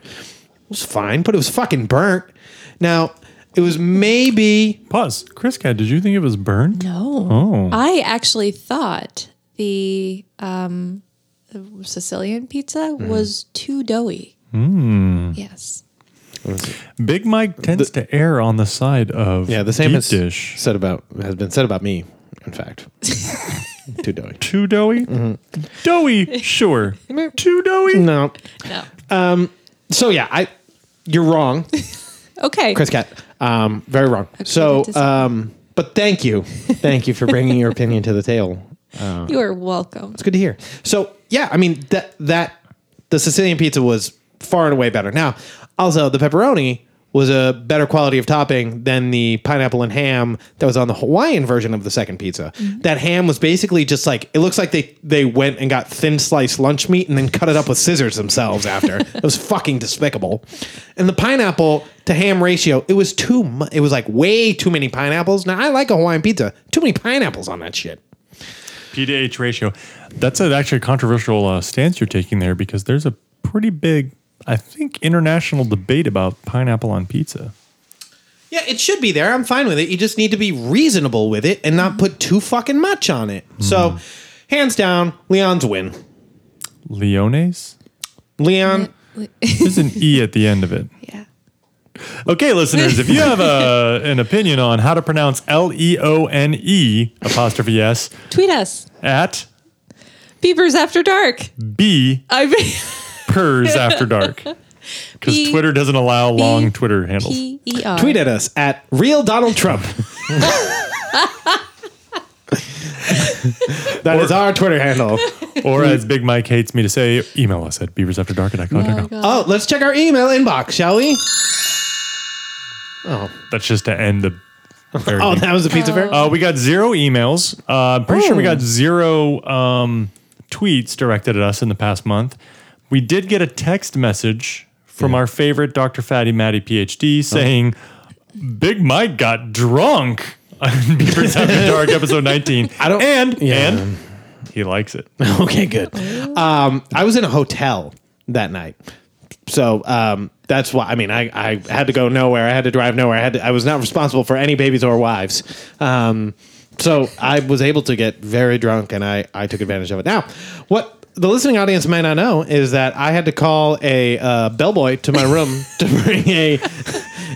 [SPEAKER 1] was fine, but it was fucking burnt. Now it was maybe
[SPEAKER 2] Pause. Chris Cat, did you think it was burned?
[SPEAKER 3] No.
[SPEAKER 2] Oh.
[SPEAKER 3] I actually thought the um, Sicilian pizza
[SPEAKER 2] Mm.
[SPEAKER 3] was too doughy. Yes.
[SPEAKER 2] Big Mike tends to err on the side of
[SPEAKER 1] yeah the same
[SPEAKER 2] deep
[SPEAKER 1] as
[SPEAKER 2] dish.
[SPEAKER 1] said about has been said about me. In fact, *laughs* too doughy.
[SPEAKER 2] Too doughy? Doughy, sure. Too doughy?
[SPEAKER 1] No.
[SPEAKER 3] No.
[SPEAKER 1] So yeah, I you're wrong,
[SPEAKER 3] Okay.
[SPEAKER 1] Chris Cat. Um, very wrong. So,
[SPEAKER 3] disagree.
[SPEAKER 1] um, but thank you, thank you for bringing your opinion to the table.
[SPEAKER 3] you are welcome. *laughs*
[SPEAKER 1] It's good to hear. So yeah, I mean that that the Sicilian pizza was far and away better. Now, also the pepperoni was a better quality of topping than the pineapple and ham that was on the Hawaiian version of the second pizza. That ham was basically just like it looks like they they went and got thin sliced lunch meat and then cut it up with scissors themselves after. it was fucking despicable. And the pineapple to ham ratio, it was too mu- it was like way too many pineapples. Now I like a Hawaiian pizza, too many pineapples on that shit.
[SPEAKER 2] P to H ratio. That's an actually controversial uh, stance you're taking there because there's a pretty big, I think, international debate about pineapple on pizza.
[SPEAKER 1] Yeah, it should be there. I'm fine with it. You just need to be reasonable with it and not put too fucking much on it. So, hands down, Leon's win.
[SPEAKER 2] Leones?
[SPEAKER 1] Leon,
[SPEAKER 2] There's an E at the end of it.
[SPEAKER 3] Yeah.
[SPEAKER 2] Okay, listeners, if you have a, an opinion on how to pronounce L E O N E apostrophe S
[SPEAKER 3] Tweet us.
[SPEAKER 2] at
[SPEAKER 3] Beavers after dark.
[SPEAKER 2] B
[SPEAKER 3] I
[SPEAKER 2] Pers After Dark, because
[SPEAKER 3] B-
[SPEAKER 2] Twitter doesn't allow long Twitter handles.
[SPEAKER 3] *laughs* P E R.
[SPEAKER 1] Tweet at us at real Donald Trump. That is our Twitter handle.
[SPEAKER 2] Or as Big Mike hates me to say, email us at beaversafterdark at
[SPEAKER 3] Oh,
[SPEAKER 2] icon.com.
[SPEAKER 3] God.
[SPEAKER 1] Oh, let's check our email inbox, shall we?
[SPEAKER 2] That's just to end the. very
[SPEAKER 1] Oh,
[SPEAKER 2] thing.
[SPEAKER 1] that was a pizza fair.
[SPEAKER 2] Uh, we got zero emails. Uh, I'm pretty sure we
[SPEAKER 1] Oh.
[SPEAKER 2] got zero um, tweets directed at us in the past month. We did get a text message from our favorite Dr. Fatty Matty PhD saying, Big Mike got drunk on *laughs* Beavers After Dark episode 19.
[SPEAKER 1] I don't-
[SPEAKER 2] And,
[SPEAKER 1] Yeah.
[SPEAKER 2] and he likes it.
[SPEAKER 1] *laughs* Okay, good. Um, I was in a hotel that night, so um, that's why. I mean, I, I had to go nowhere. I had to drive nowhere. I had to, I was not responsible for any babies or wives. Um, so I was able to get very drunk, and I I took advantage of it. Now, what the listening audience may not know is that I had to call a uh, bellboy to my room *laughs* to bring a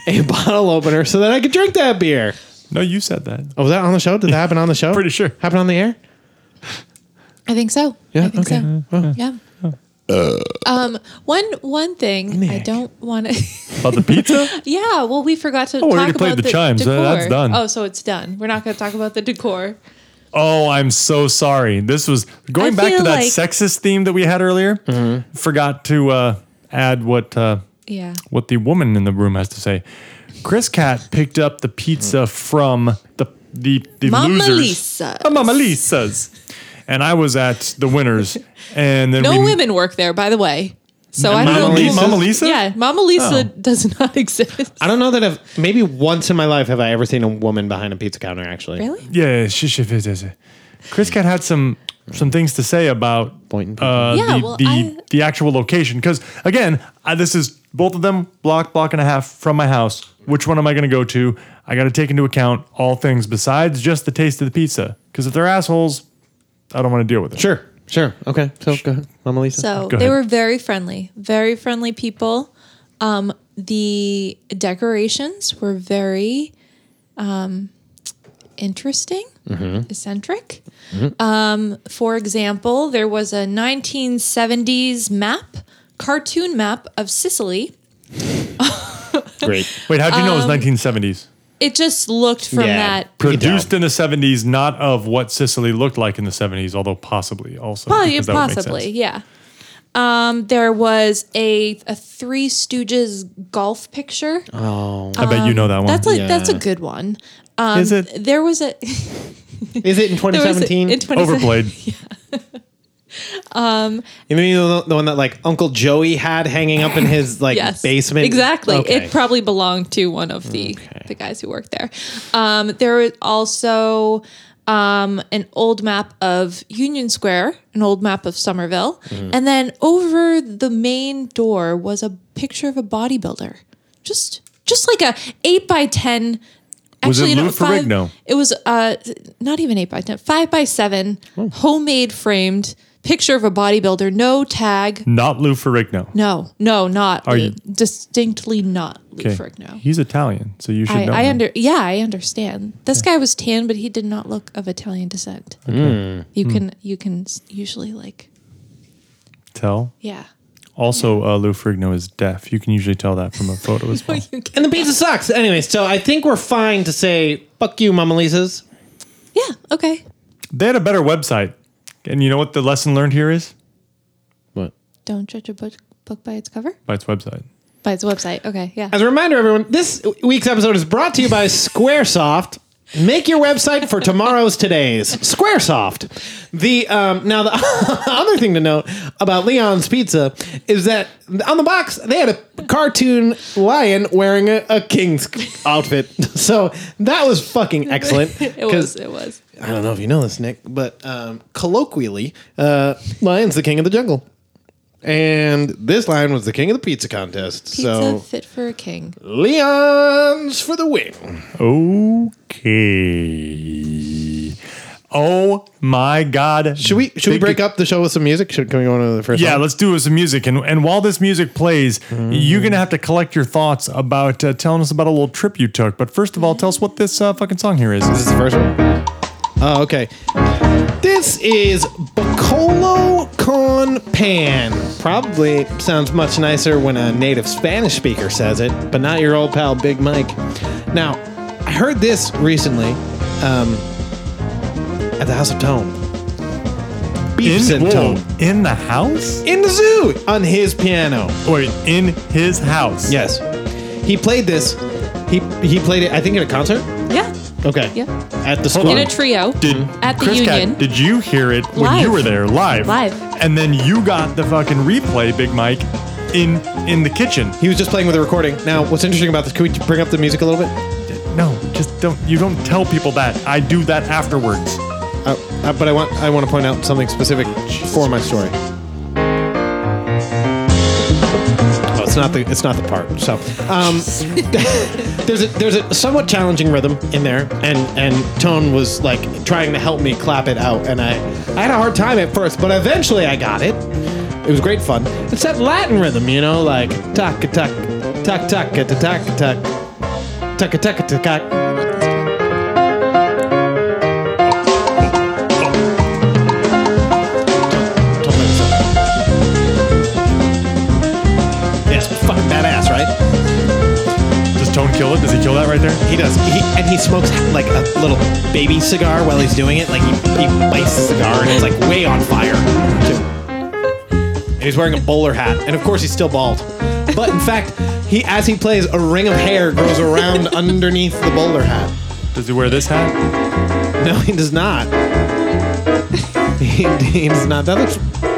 [SPEAKER 1] *laughs* a bottle opener so that I could drink that beer.
[SPEAKER 2] No, you said that.
[SPEAKER 1] Oh, was that on the show? Did that happen on the show?
[SPEAKER 2] Pretty sure.
[SPEAKER 1] Happened on the air.
[SPEAKER 3] I think so.
[SPEAKER 1] Yeah,
[SPEAKER 3] I think
[SPEAKER 1] okay.
[SPEAKER 3] so. yeah. um. One one thing I
[SPEAKER 1] Nick.
[SPEAKER 3] don't want to.
[SPEAKER 2] About the pizza?
[SPEAKER 3] *laughs* yeah. Well, we forgot to
[SPEAKER 2] Oh, we
[SPEAKER 3] talk
[SPEAKER 2] already
[SPEAKER 3] about
[SPEAKER 2] played the chimes. That-
[SPEAKER 3] decor.
[SPEAKER 2] that's done.
[SPEAKER 3] Oh, so it's done. We're not going to talk about the decor.
[SPEAKER 2] Oh, I'm so sorry. This was going
[SPEAKER 3] I
[SPEAKER 2] back to
[SPEAKER 3] feel
[SPEAKER 2] that
[SPEAKER 3] like- Mm-hmm.
[SPEAKER 2] sexist theme that we had earlier. Forgot to uh, add what uh,
[SPEAKER 3] Yeah.
[SPEAKER 2] what the woman in the room has to say. Chris Cat picked up the pizza from the the, the
[SPEAKER 3] Mama
[SPEAKER 2] losers,
[SPEAKER 3] Lisa's.
[SPEAKER 2] Uh, Mama Lisa's, and I was at the winners, and then
[SPEAKER 3] No
[SPEAKER 2] we,
[SPEAKER 3] women work there, by the way. So I don't
[SPEAKER 2] Mama
[SPEAKER 3] know.
[SPEAKER 2] Lisa?
[SPEAKER 3] who-
[SPEAKER 2] Mama Lisa? Oh.
[SPEAKER 3] Yeah, Mama Lisa does not *laughs* exist.
[SPEAKER 1] I don't know that I've maybe once in my life have I ever seen a woman behind a pizza counter. Actually,
[SPEAKER 3] Really?
[SPEAKER 2] Yeah, sh- sh- sh- sh- sh- Chris Cat had some some things to say about
[SPEAKER 1] Point and
[SPEAKER 2] uh,
[SPEAKER 3] Yeah,
[SPEAKER 2] the
[SPEAKER 3] well,
[SPEAKER 2] the,
[SPEAKER 3] I-
[SPEAKER 2] the actual location because again, I, this is both of them block block and a half from my house. Which one am I going to go to? I got to take into account all things besides just the taste of the pizza because if they're assholes, I don't want to deal with it.
[SPEAKER 1] Sure, sure, okay. So go ahead, Mama Lisa.
[SPEAKER 3] So
[SPEAKER 2] Go
[SPEAKER 3] they
[SPEAKER 2] ahead.
[SPEAKER 3] were very friendly, very friendly people. Um, the decorations were very um, interesting,
[SPEAKER 2] Mm-hmm.
[SPEAKER 3] eccentric. Um, for example, there was a 1970s map, cartoon map of Sicily. *laughs*
[SPEAKER 1] great.
[SPEAKER 2] Wait, how do you know it was
[SPEAKER 3] Um,
[SPEAKER 2] 1970s?
[SPEAKER 3] It just looked from
[SPEAKER 1] Yeah.
[SPEAKER 3] that
[SPEAKER 1] you can
[SPEAKER 2] Produced in the 70s, not of what Sicily looked like in the 70s, although possibly also.
[SPEAKER 3] Probably,
[SPEAKER 2] because that would make
[SPEAKER 3] Oh, possibly,
[SPEAKER 2] sense.
[SPEAKER 3] yeah. Um, there was a a Three Stooges golf picture.
[SPEAKER 2] Oh, I bet you know that one.
[SPEAKER 3] Um, that's like that's a
[SPEAKER 1] yeah.
[SPEAKER 3] good one. Um,
[SPEAKER 2] Is
[SPEAKER 3] *laughs*
[SPEAKER 2] it?
[SPEAKER 3] There was a
[SPEAKER 1] Is it in
[SPEAKER 3] there was a,
[SPEAKER 1] 2017?
[SPEAKER 3] in 20 *laughs*
[SPEAKER 2] Overplayed.
[SPEAKER 1] you mean the, the one that like Uncle Joey had hanging up in his like
[SPEAKER 3] yes,
[SPEAKER 1] basement?
[SPEAKER 3] Exactly.
[SPEAKER 1] Okay.
[SPEAKER 3] It probably belonged to one of the the guys who worked there. Um, there was also um, an old map of Union Square, an old map of Somerville,
[SPEAKER 2] Mm-hmm.
[SPEAKER 3] and then over the main door was a picture of a bodybuilder, just just like a eight by ten.
[SPEAKER 2] Was it
[SPEAKER 3] Actually, no,
[SPEAKER 2] Lou
[SPEAKER 3] five-
[SPEAKER 2] Ferrigno?
[SPEAKER 3] It was uh, not even eight by ten, five by seven,
[SPEAKER 2] Oh.
[SPEAKER 3] homemade framed picture of a bodybuilder, no tag,
[SPEAKER 2] Not Lou Ferrigno.
[SPEAKER 3] no, no, not Lou.
[SPEAKER 2] you-
[SPEAKER 3] distinctly not
[SPEAKER 2] Okay.
[SPEAKER 3] Lou Ferrigno.
[SPEAKER 2] He's Italian, so you should
[SPEAKER 3] I,
[SPEAKER 2] know.
[SPEAKER 3] I
[SPEAKER 2] him.
[SPEAKER 3] under yeah, I understand. This guy was tan, but he did not look of Italian descent. You
[SPEAKER 2] Hmm.
[SPEAKER 3] can you can s- usually like
[SPEAKER 2] tell.
[SPEAKER 3] yeah.
[SPEAKER 2] Also, uh, Lou Ferrigno is deaf. You can usually tell that from a
[SPEAKER 1] *laughs*
[SPEAKER 2] photo as well.
[SPEAKER 3] *laughs* You can,
[SPEAKER 1] and the pizza sucks. Anyway, so I think we're fine to say fuck you, Mama Lisa's.
[SPEAKER 3] yeah. Okay.
[SPEAKER 2] they had a better website. And you know what the lesson learned here is?
[SPEAKER 1] What?
[SPEAKER 3] Don't judge a book book by its cover
[SPEAKER 2] By its website.
[SPEAKER 3] by its website. Okay. Yeah.
[SPEAKER 1] As a reminder, everyone, this week's episode is brought to you by Squaresoft. Make your website for tomorrow's today's Squaresoft. The um, now the *laughs* other thing to note about Leon's Pizza is that on the box they had a cartoon lion wearing a, a king's outfit, *laughs* so that was fucking excellent.
[SPEAKER 3] *laughs* *laughs* it
[SPEAKER 1] 'Cause
[SPEAKER 3] was. It was.
[SPEAKER 1] I don't know if you know this, Nick, but um, colloquially, uh, lion's the king of the jungle, and this lion was the king of the pizza contest.
[SPEAKER 3] Pizza
[SPEAKER 1] so
[SPEAKER 3] fit for a king.
[SPEAKER 1] Leon's for the win.
[SPEAKER 2] Okay. Oh my God.
[SPEAKER 1] Should we should we break up the show with some music? Should can we go on to the first?
[SPEAKER 2] Yeah,
[SPEAKER 1] song?
[SPEAKER 2] let's do it with some music. And, and while this music plays, you're going to have to collect your thoughts about uh, telling us about a little trip you took. But first of all, tell us what this uh, fucking song here is.
[SPEAKER 1] This is the first one. Oh, okay. This is Bacolo con pan. Probably sounds much nicer when a native Spanish speaker says it, but not your old pal Big Mike. Now, I heard this recently um, at the House of Tone. Beefs
[SPEAKER 2] in,
[SPEAKER 1] and
[SPEAKER 2] whoa,
[SPEAKER 1] Tone.
[SPEAKER 2] in the house?
[SPEAKER 1] In the zoo on his piano.
[SPEAKER 2] Wait, in his house.
[SPEAKER 1] Yes. He played this. He he played it, I think, at a concert.
[SPEAKER 3] Yeah.
[SPEAKER 1] Okay.
[SPEAKER 3] Yeah.
[SPEAKER 1] At the school.
[SPEAKER 3] In a trio.
[SPEAKER 2] Did
[SPEAKER 3] At the
[SPEAKER 2] Chris Cat,
[SPEAKER 3] Union.
[SPEAKER 2] did you hear it when
[SPEAKER 3] Live.
[SPEAKER 2] you were there live?
[SPEAKER 3] Live.
[SPEAKER 2] And then you got the fucking replay, Big Mike, in in the kitchen.
[SPEAKER 1] He was just playing with a recording. Now, what's interesting about this? Can we bring up the music a little bit?
[SPEAKER 2] No, just don't. You don't tell people that. I do that afterwards.
[SPEAKER 1] Uh, uh, but I want I want to point out something specific for my story. Oh, it's not the it's not the part. So um, *laughs* there's a there's a somewhat challenging rhythm in there, and and tone was like trying to help me clap it out, and I I had a hard time at first, but eventually I got it. It was great fun. It's that Latin rhythm, you know, like tack tack tack tack tack tack tack tack tack tack tack. Yes, fucking badass, right?
[SPEAKER 2] Does Tone kill it? Does he kill that right there?
[SPEAKER 1] He does. He, and he smokes like a little baby cigar while he's doing it. Like he, he bites the cigar and it's like way on fire. And he's wearing a bowler hat. And of course, he's still bald. But in fact, he as he plays, a ring of hair grows around *laughs* underneath the bowler hat.
[SPEAKER 2] Does he wear this hat?
[SPEAKER 1] No, he does not. *laughs* he, he does not. That looks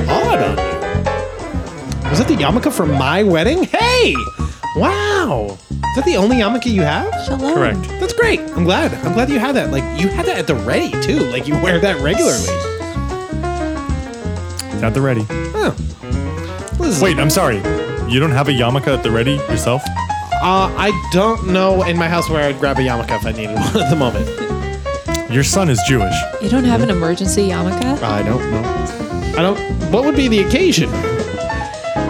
[SPEAKER 1] odd on you. Was that the yarmulke from my wedding? Hey! Wow! Is that the only yarmulke you have?
[SPEAKER 3] Shalom.
[SPEAKER 2] Correct.
[SPEAKER 1] That's great. I'm glad. I'm glad you had that. Like, you had that at the ready, too. Like, you wear that regularly.
[SPEAKER 2] It's at the ready.
[SPEAKER 1] Huh. Well, this is-
[SPEAKER 2] Wait, I'm sorry. You don't have a yarmulke at the ready yourself?
[SPEAKER 1] Uh, I don't know in my house where I'd grab a yarmulke if I needed *laughs* one at the moment.
[SPEAKER 2] Your son is Jewish.
[SPEAKER 3] You don't have an emergency yarmulke?
[SPEAKER 1] I don't know. I don't. What would be the occasion?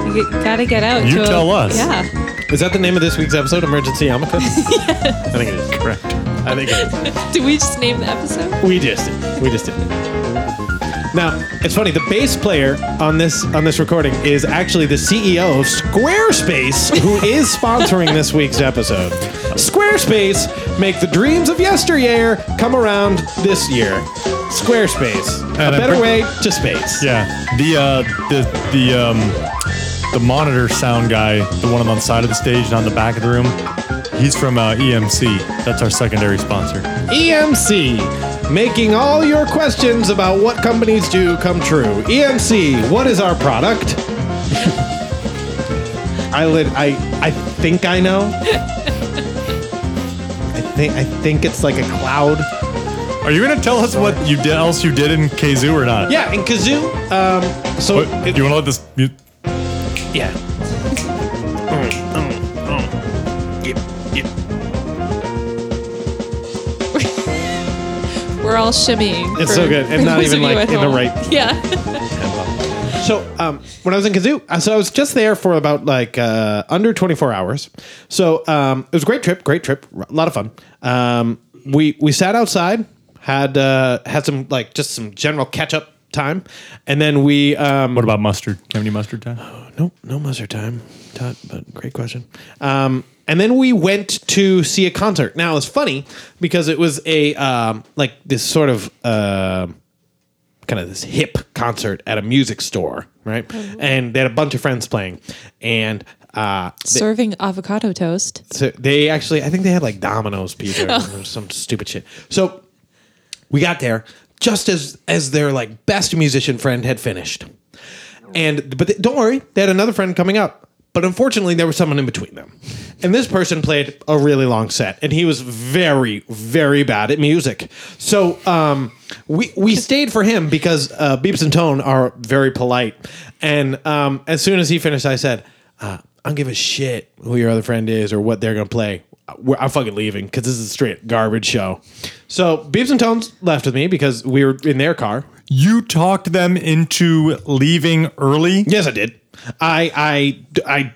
[SPEAKER 3] You g- gotta get out.
[SPEAKER 2] You
[SPEAKER 3] to a-
[SPEAKER 2] tell us.
[SPEAKER 3] Yeah. *laughs*
[SPEAKER 1] Is that the name of this week's episode, Emergency Yarmulke? *laughs* I think it is.
[SPEAKER 2] Correct.
[SPEAKER 1] I think it is.
[SPEAKER 3] Did we just name the episode?
[SPEAKER 1] We just did. We just did. Now it's funny. The bass player on this on this recording is actually the CEO of Squarespace,
[SPEAKER 2] *laughs*
[SPEAKER 1] who is sponsoring this week's episode. Squarespace make the dreams of yesteryear come around this year. Squarespace,
[SPEAKER 2] And
[SPEAKER 1] a
[SPEAKER 2] I'm
[SPEAKER 1] better
[SPEAKER 2] pretty-
[SPEAKER 1] way to space.
[SPEAKER 2] Yeah. The uh the the um the monitor sound guy, the one on the side of the stage and on the back of the room, he's from uh, EMC. That's our secondary sponsor.
[SPEAKER 1] EMC, E making all your questions about what companies do come true. EMC, what is our product? *laughs* I lit, I I think I know. I think I think it's like a cloud.
[SPEAKER 2] Are you gonna tell us what you did else you did in Kazoo or not?
[SPEAKER 1] Yeah, and kazoo. Um, so
[SPEAKER 2] What, do you wanna let this mu-
[SPEAKER 1] yeah.
[SPEAKER 3] We're all shimmying.
[SPEAKER 1] It's
[SPEAKER 3] for-
[SPEAKER 1] so good, and
[SPEAKER 3] for
[SPEAKER 1] not
[SPEAKER 3] those
[SPEAKER 1] even,
[SPEAKER 3] of you
[SPEAKER 1] like,
[SPEAKER 3] at
[SPEAKER 1] in the
[SPEAKER 3] home.
[SPEAKER 1] right-
[SPEAKER 3] Yeah.
[SPEAKER 1] So um, when I was in Kazoo, uh, so I was just there for about like uh, under 24 hours. So um, it was a great trip, great trip, r- a lot of fun. Um, we we sat outside, had uh, had some like just some general catch up time, and then we um,
[SPEAKER 2] What about mustard? Do you have any mustard time?
[SPEAKER 1] Nope, no muster time. Todd, but great question. Um, and then we went to see a concert. Now it's funny because it was a um, like this sort of uh, kind of this hip concert at a music store, right? And they had a bunch of friends playing, and uh,
[SPEAKER 3] Serving avocado toast.
[SPEAKER 1] so they actually, I think they had like Domino's pizza or some stupid shit. So we got there just as as their like best musician friend had finished, and but they- don't worry, they had another friend coming up. But unfortunately, there was someone in between them, and this person played a really long set, and he was very very bad at music. So um, we we stayed for him because uh, Beeps and Tone are very polite, and um, as soon as he finished, I said. Uh, I don't give a shit who your other friend is or what they're gonna play. we're, I'm fucking leaving because this is a straight garbage show. So Beeps and Tones left with me because we were in their car.
[SPEAKER 2] You talked them into leaving early.
[SPEAKER 1] Yes, I did. I I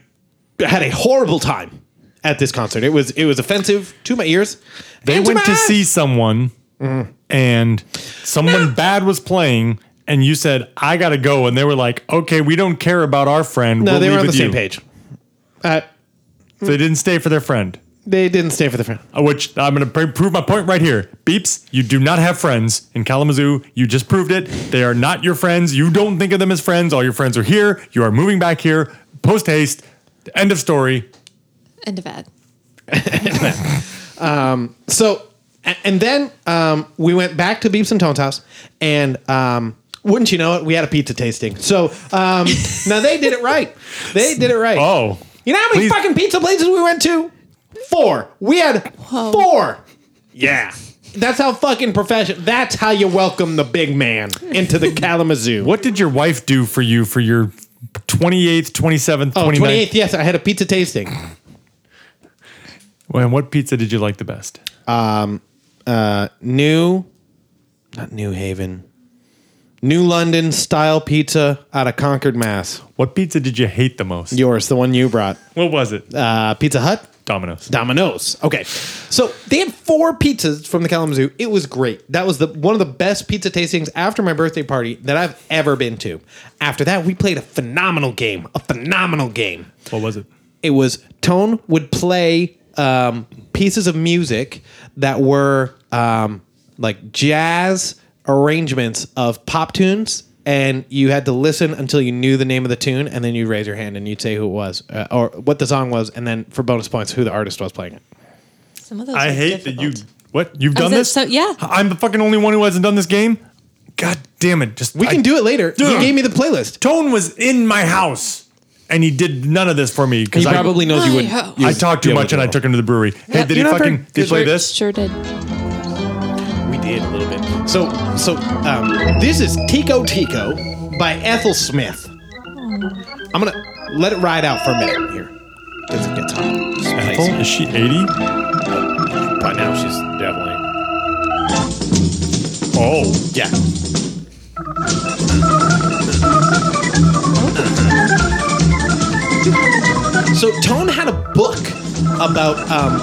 [SPEAKER 1] I had a horrible time at this concert. It was it was offensive to my ears.
[SPEAKER 2] They
[SPEAKER 1] and
[SPEAKER 2] went
[SPEAKER 1] my
[SPEAKER 2] to
[SPEAKER 1] eyes.
[SPEAKER 2] see someone Mm-hmm. and someone bad was playing and you said, I gotta go. And they were like, okay, we don't care about our friend.
[SPEAKER 1] No,
[SPEAKER 2] we'll
[SPEAKER 1] they
[SPEAKER 2] leave
[SPEAKER 1] were on the
[SPEAKER 2] with
[SPEAKER 1] same
[SPEAKER 2] you.
[SPEAKER 1] page. Uh,
[SPEAKER 2] So they didn't stay for their friend.
[SPEAKER 1] they didn't stay for the friend.
[SPEAKER 2] Uh, Which I'm gonna pr- prove my point right here. Beeps, you do not have friends in Kalamazoo. You just proved it. They are not your friends. You don't think of them as friends. All your friends are here. You are moving back here. Post haste. End of story.
[SPEAKER 3] End of ad.
[SPEAKER 1] So, a- and then um, we went back to Beeps and Tone's house, and um, wouldn't you know it, we had a pizza tasting. So um, *laughs* now they did it right. They did it right.
[SPEAKER 2] Oh.
[SPEAKER 1] you know how many
[SPEAKER 2] Please-
[SPEAKER 1] fucking pizza places we went to? Four. We had four. Yeah. That's how fucking professional. That's how you welcome the big man into the *laughs* Kalamazoo.
[SPEAKER 2] What did your wife do for you for your 28th, 27th,
[SPEAKER 1] Oh,
[SPEAKER 2] 29th?
[SPEAKER 1] 28th, yes, I had a pizza tasting.
[SPEAKER 2] And what pizza did you like the best?
[SPEAKER 1] new, not New Haven, New London style pizza out of Concord, Mass.
[SPEAKER 2] What pizza did you hate the most?
[SPEAKER 1] Yours, the one you brought.
[SPEAKER 2] What was it?
[SPEAKER 1] Uh, pizza Hut,
[SPEAKER 2] Domino's.
[SPEAKER 1] Domino's. Okay, so they had four pizzas from the Kalamazoo. It was great. That was the one of the best pizza tastings after my birthday party that I've ever been to. After that, we played a phenomenal game. A phenomenal game.
[SPEAKER 2] What was it?
[SPEAKER 1] it was tone would play um, pieces of music that were um, like jazz arrangements of pop tunes and you had to listen until you knew the name of the tune and then you'd raise your hand and you'd say who it was uh, or what the song was and then for bonus points who the artist was playing it
[SPEAKER 3] Some of those.
[SPEAKER 2] I
[SPEAKER 3] are
[SPEAKER 2] hate
[SPEAKER 3] difficult.
[SPEAKER 2] that you. What? You've
[SPEAKER 3] Oh,
[SPEAKER 2] done
[SPEAKER 3] is that
[SPEAKER 2] this?
[SPEAKER 3] so- yeah.
[SPEAKER 2] I'm the fucking only one who hasn't done this game. God damn it. Just
[SPEAKER 1] we can do it later
[SPEAKER 2] Ugh.
[SPEAKER 1] he gave me the playlist
[SPEAKER 2] Tone was in my house and he did none of this for me because
[SPEAKER 1] he
[SPEAKER 2] I
[SPEAKER 1] probably knows you wouldn't
[SPEAKER 3] Hi-ho.
[SPEAKER 1] you
[SPEAKER 2] I
[SPEAKER 1] wouldn't
[SPEAKER 2] talked
[SPEAKER 1] be
[SPEAKER 2] too
[SPEAKER 1] able
[SPEAKER 2] much
[SPEAKER 1] to
[SPEAKER 2] and
[SPEAKER 1] do
[SPEAKER 2] I
[SPEAKER 1] it.
[SPEAKER 2] took him to the brewery. Hey, did he
[SPEAKER 1] you're not very
[SPEAKER 2] fucking did he
[SPEAKER 1] good,
[SPEAKER 2] play
[SPEAKER 1] right?
[SPEAKER 2] this?
[SPEAKER 3] Sure did.
[SPEAKER 1] We did a little bit. So, so um, this is Tico Tico by Ethel Smith. I'm gonna let it ride out for a minute here because it gets hot. Just play
[SPEAKER 2] Ethel,
[SPEAKER 1] some-
[SPEAKER 2] is she 80?
[SPEAKER 1] By now, she's definitely
[SPEAKER 2] Oh.
[SPEAKER 1] yeah. So Tone had a book about um,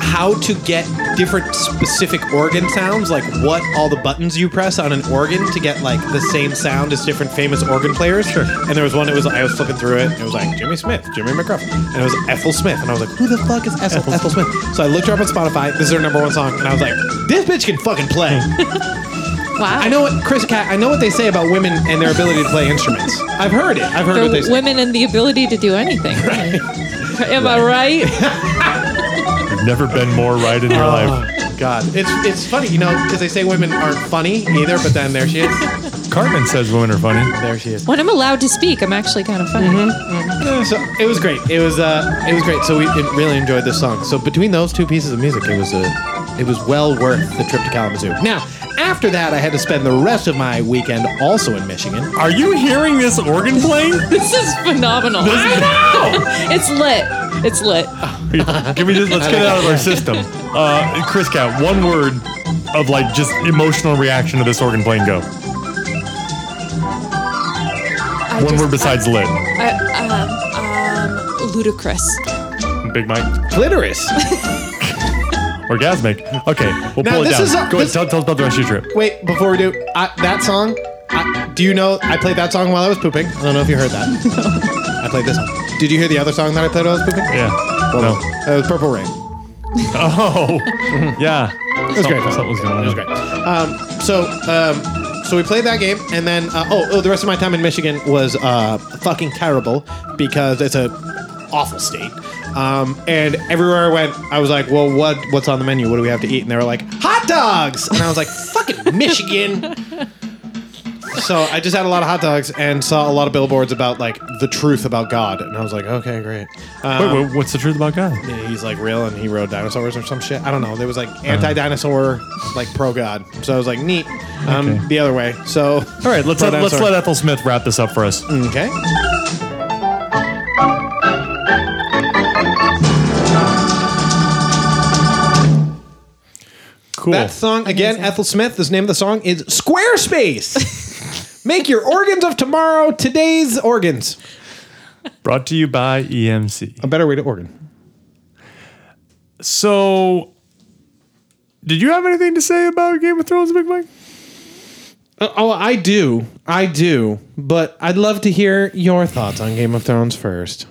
[SPEAKER 1] how to get different specific organ sounds, like what all the buttons you press on an organ to get like the same sound as different famous organ players. Sure. And there was one that was I was flipping through it, and it was like Jimmy Smith, Jimmy McGruff, and it was Ethel Smith, and I was like, who the fuck is Ethel, Ethel. Smith? So I looked her up on Spotify. This is her number one song, and I was like, this bitch can fucking play.
[SPEAKER 3] Wow.
[SPEAKER 1] I know what Chris Cat. I know what they say about women and their ability to play instruments. I've heard it. I've heard what they
[SPEAKER 3] For
[SPEAKER 1] say.
[SPEAKER 3] women and the ability to do anything. Am I right?
[SPEAKER 2] You've never been more right in
[SPEAKER 1] Oh.
[SPEAKER 2] your life.
[SPEAKER 1] God, it's it's funny, you know, because they say women aren't funny either, but then there she is.
[SPEAKER 2] Cartman says women are funny.
[SPEAKER 1] There she is.
[SPEAKER 3] When I'm allowed to speak, I'm actually kind of funny.
[SPEAKER 1] *laughs* So it was great. It was uh, it was great. So we it really enjoyed this song. So between those two pieces of music, it was a, it was well worth the trip to Kalamazoo. Now, after that, I had to spend the rest of my weekend also in Michigan.
[SPEAKER 2] Are you hearing this organ playing?
[SPEAKER 3] *laughs*
[SPEAKER 1] *laughs*
[SPEAKER 3] This is phenomenal. *laughs* it's lit. It's lit.
[SPEAKER 2] Give me this. Let's get it out of our system. Uh, Chris Cat, one word of like just emotional reaction to this organ playing go.
[SPEAKER 3] I
[SPEAKER 2] One
[SPEAKER 3] just-
[SPEAKER 2] word besides
[SPEAKER 3] I-
[SPEAKER 2] lit.
[SPEAKER 3] I, um, um, ludicrous.
[SPEAKER 2] Big Mike.
[SPEAKER 1] Clitoris.
[SPEAKER 2] Orgasmic. Okay, we'll
[SPEAKER 1] Now,
[SPEAKER 2] pull it
[SPEAKER 1] this
[SPEAKER 2] down.
[SPEAKER 1] is a-
[SPEAKER 2] go
[SPEAKER 1] this-
[SPEAKER 2] ahead. Tell, tell us about the rest of your trip.
[SPEAKER 1] Wait, before we do I, that song, I, do you know I played that song while I was pooping? I don't know if you heard
[SPEAKER 2] *laughs*
[SPEAKER 1] that. I played this. one. Did you hear the other song that I played while I was pooping?
[SPEAKER 2] Yeah.
[SPEAKER 1] Well,
[SPEAKER 2] No.
[SPEAKER 1] It was Purple Rain.
[SPEAKER 2] *laughs* Oh. yeah. It
[SPEAKER 1] was great.
[SPEAKER 2] Something was going on.
[SPEAKER 1] It was great. Um, so, um, so we played that game, and then uh, oh, oh, the rest of my time in Michigan was uh, fucking terrible because it's a awful state. Um, and everywhere I went, I was like, "Well, what what's on the menu? What do we have to eat?" And they were like, "Hot dogs!" And I was like, *laughs* "Fucking Michigan!" So I just had a lot of hot dogs and saw a lot of billboards about like the truth about God, and I was like, "Okay, great." Um,
[SPEAKER 2] Wait, wait, what's the truth about God?
[SPEAKER 1] yeah, he's like real and he rode dinosaurs or some shit. I don't know. There was like anti dinosaur, like pro god. So I was like, neat. Um,
[SPEAKER 2] Okay.
[SPEAKER 1] The other way. So.
[SPEAKER 2] All right, let's
[SPEAKER 1] Pro
[SPEAKER 2] let, let's
[SPEAKER 1] dinosaur.
[SPEAKER 2] let Ethel Smith wrap this up for us.
[SPEAKER 1] Okay.
[SPEAKER 2] cool.
[SPEAKER 1] That song again,
[SPEAKER 3] Amazing.
[SPEAKER 1] Ethel Smith. This name of the song is Squarespace.
[SPEAKER 2] *laughs*
[SPEAKER 1] Make your organs of tomorrow today's organs.
[SPEAKER 2] Brought to you by E EMC.
[SPEAKER 1] A better way to organ.
[SPEAKER 2] So, did you have anything to say about Game of Thrones, Big Mike?
[SPEAKER 1] Uh, Oh, I do, I do. But I'd love to hear your thoughts on Game of Thrones first.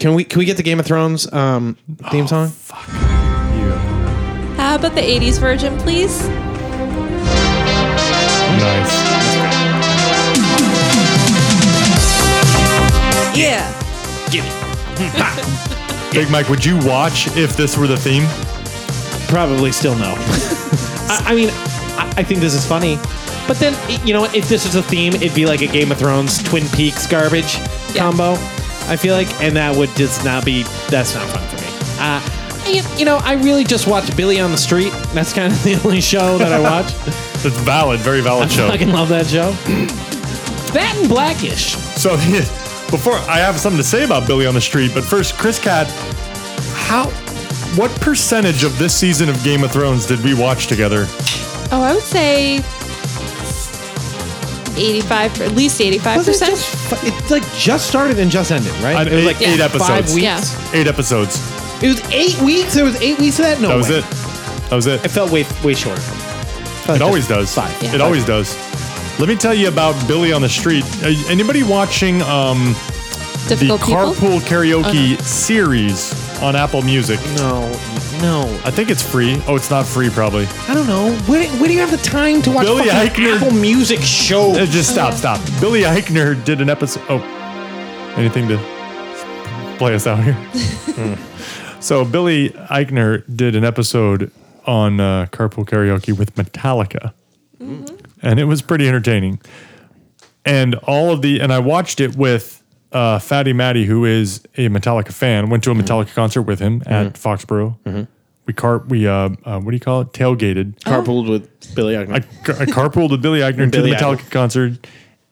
[SPEAKER 1] Can we can we get the Game of Thrones um, theme
[SPEAKER 2] Oh,
[SPEAKER 1] song?
[SPEAKER 2] Yeah.
[SPEAKER 3] How about the 80s version, please?
[SPEAKER 2] Nice.
[SPEAKER 3] Yeah.
[SPEAKER 2] Big Mike, would you watch if this were the theme?
[SPEAKER 1] Probably still no. I, I mean, I, I think this is funny. But then, y- you know, what, if this was a theme, it'd be like a Game of Thrones Twin Peaks garbage
[SPEAKER 3] Yeah.
[SPEAKER 1] combo, I feel like. And that would just not be, that's not fun for me. Uh, y- you know, I really just watch Billy on the Street. That's kind of *laughs* the only show that I watch.
[SPEAKER 2] It's valid, very valid *laughs* show.
[SPEAKER 1] fucking love that show. that and Blackish.
[SPEAKER 2] So *laughs* before I have something to say about Billy on the Street, but first, Chris Cat, how what percentage of this season of Game of Thrones did we watch together?
[SPEAKER 3] Oh, I would say 85, at least 85
[SPEAKER 1] Was it
[SPEAKER 3] percent.
[SPEAKER 1] just, fu- it like just started and just ended, right?
[SPEAKER 2] On
[SPEAKER 1] it was
[SPEAKER 2] eight-
[SPEAKER 1] like
[SPEAKER 2] eight
[SPEAKER 1] five
[SPEAKER 2] episodes.
[SPEAKER 1] weeks.
[SPEAKER 3] Yeah.
[SPEAKER 2] Eight episodes.
[SPEAKER 1] It was eight weeks. There was eight weeks of that. No,
[SPEAKER 2] That was
[SPEAKER 1] way.
[SPEAKER 2] it. That was it.
[SPEAKER 1] It felt way way shorter.
[SPEAKER 2] It always does.
[SPEAKER 3] Yeah.
[SPEAKER 2] It always does. Let me tell you about Billy on the Street. Uh, Anybody watching um, the
[SPEAKER 3] Difficult people.
[SPEAKER 2] Carpool Karaoke
[SPEAKER 1] Uh-huh.
[SPEAKER 2] series on Apple Music?
[SPEAKER 1] No, no.
[SPEAKER 2] I think it's free. Oh, it's not free, probably.
[SPEAKER 1] I don't know. Where, where do you have the time to watch
[SPEAKER 2] Billy
[SPEAKER 1] fucking
[SPEAKER 2] Eichner-
[SPEAKER 1] Apple Music show?
[SPEAKER 2] Uh, just stop, stop. Billy Eichner did an episode. Oh, anything to play us out here? Hmm. so Billy Eichner did an episode on uh, Carpool Karaoke with Metallica, and it was pretty entertaining. And all of the and I watched it with uh, Fatty Matty, who is a Metallica fan. Went to a Metallica concert with him at Foxborough. We car we uh, uh, what do you call it? Tailgated.
[SPEAKER 1] Carpooled with Billy Eichner.
[SPEAKER 2] I, I carpooled with Billy Eichner to
[SPEAKER 1] Billy
[SPEAKER 2] the Metallica concert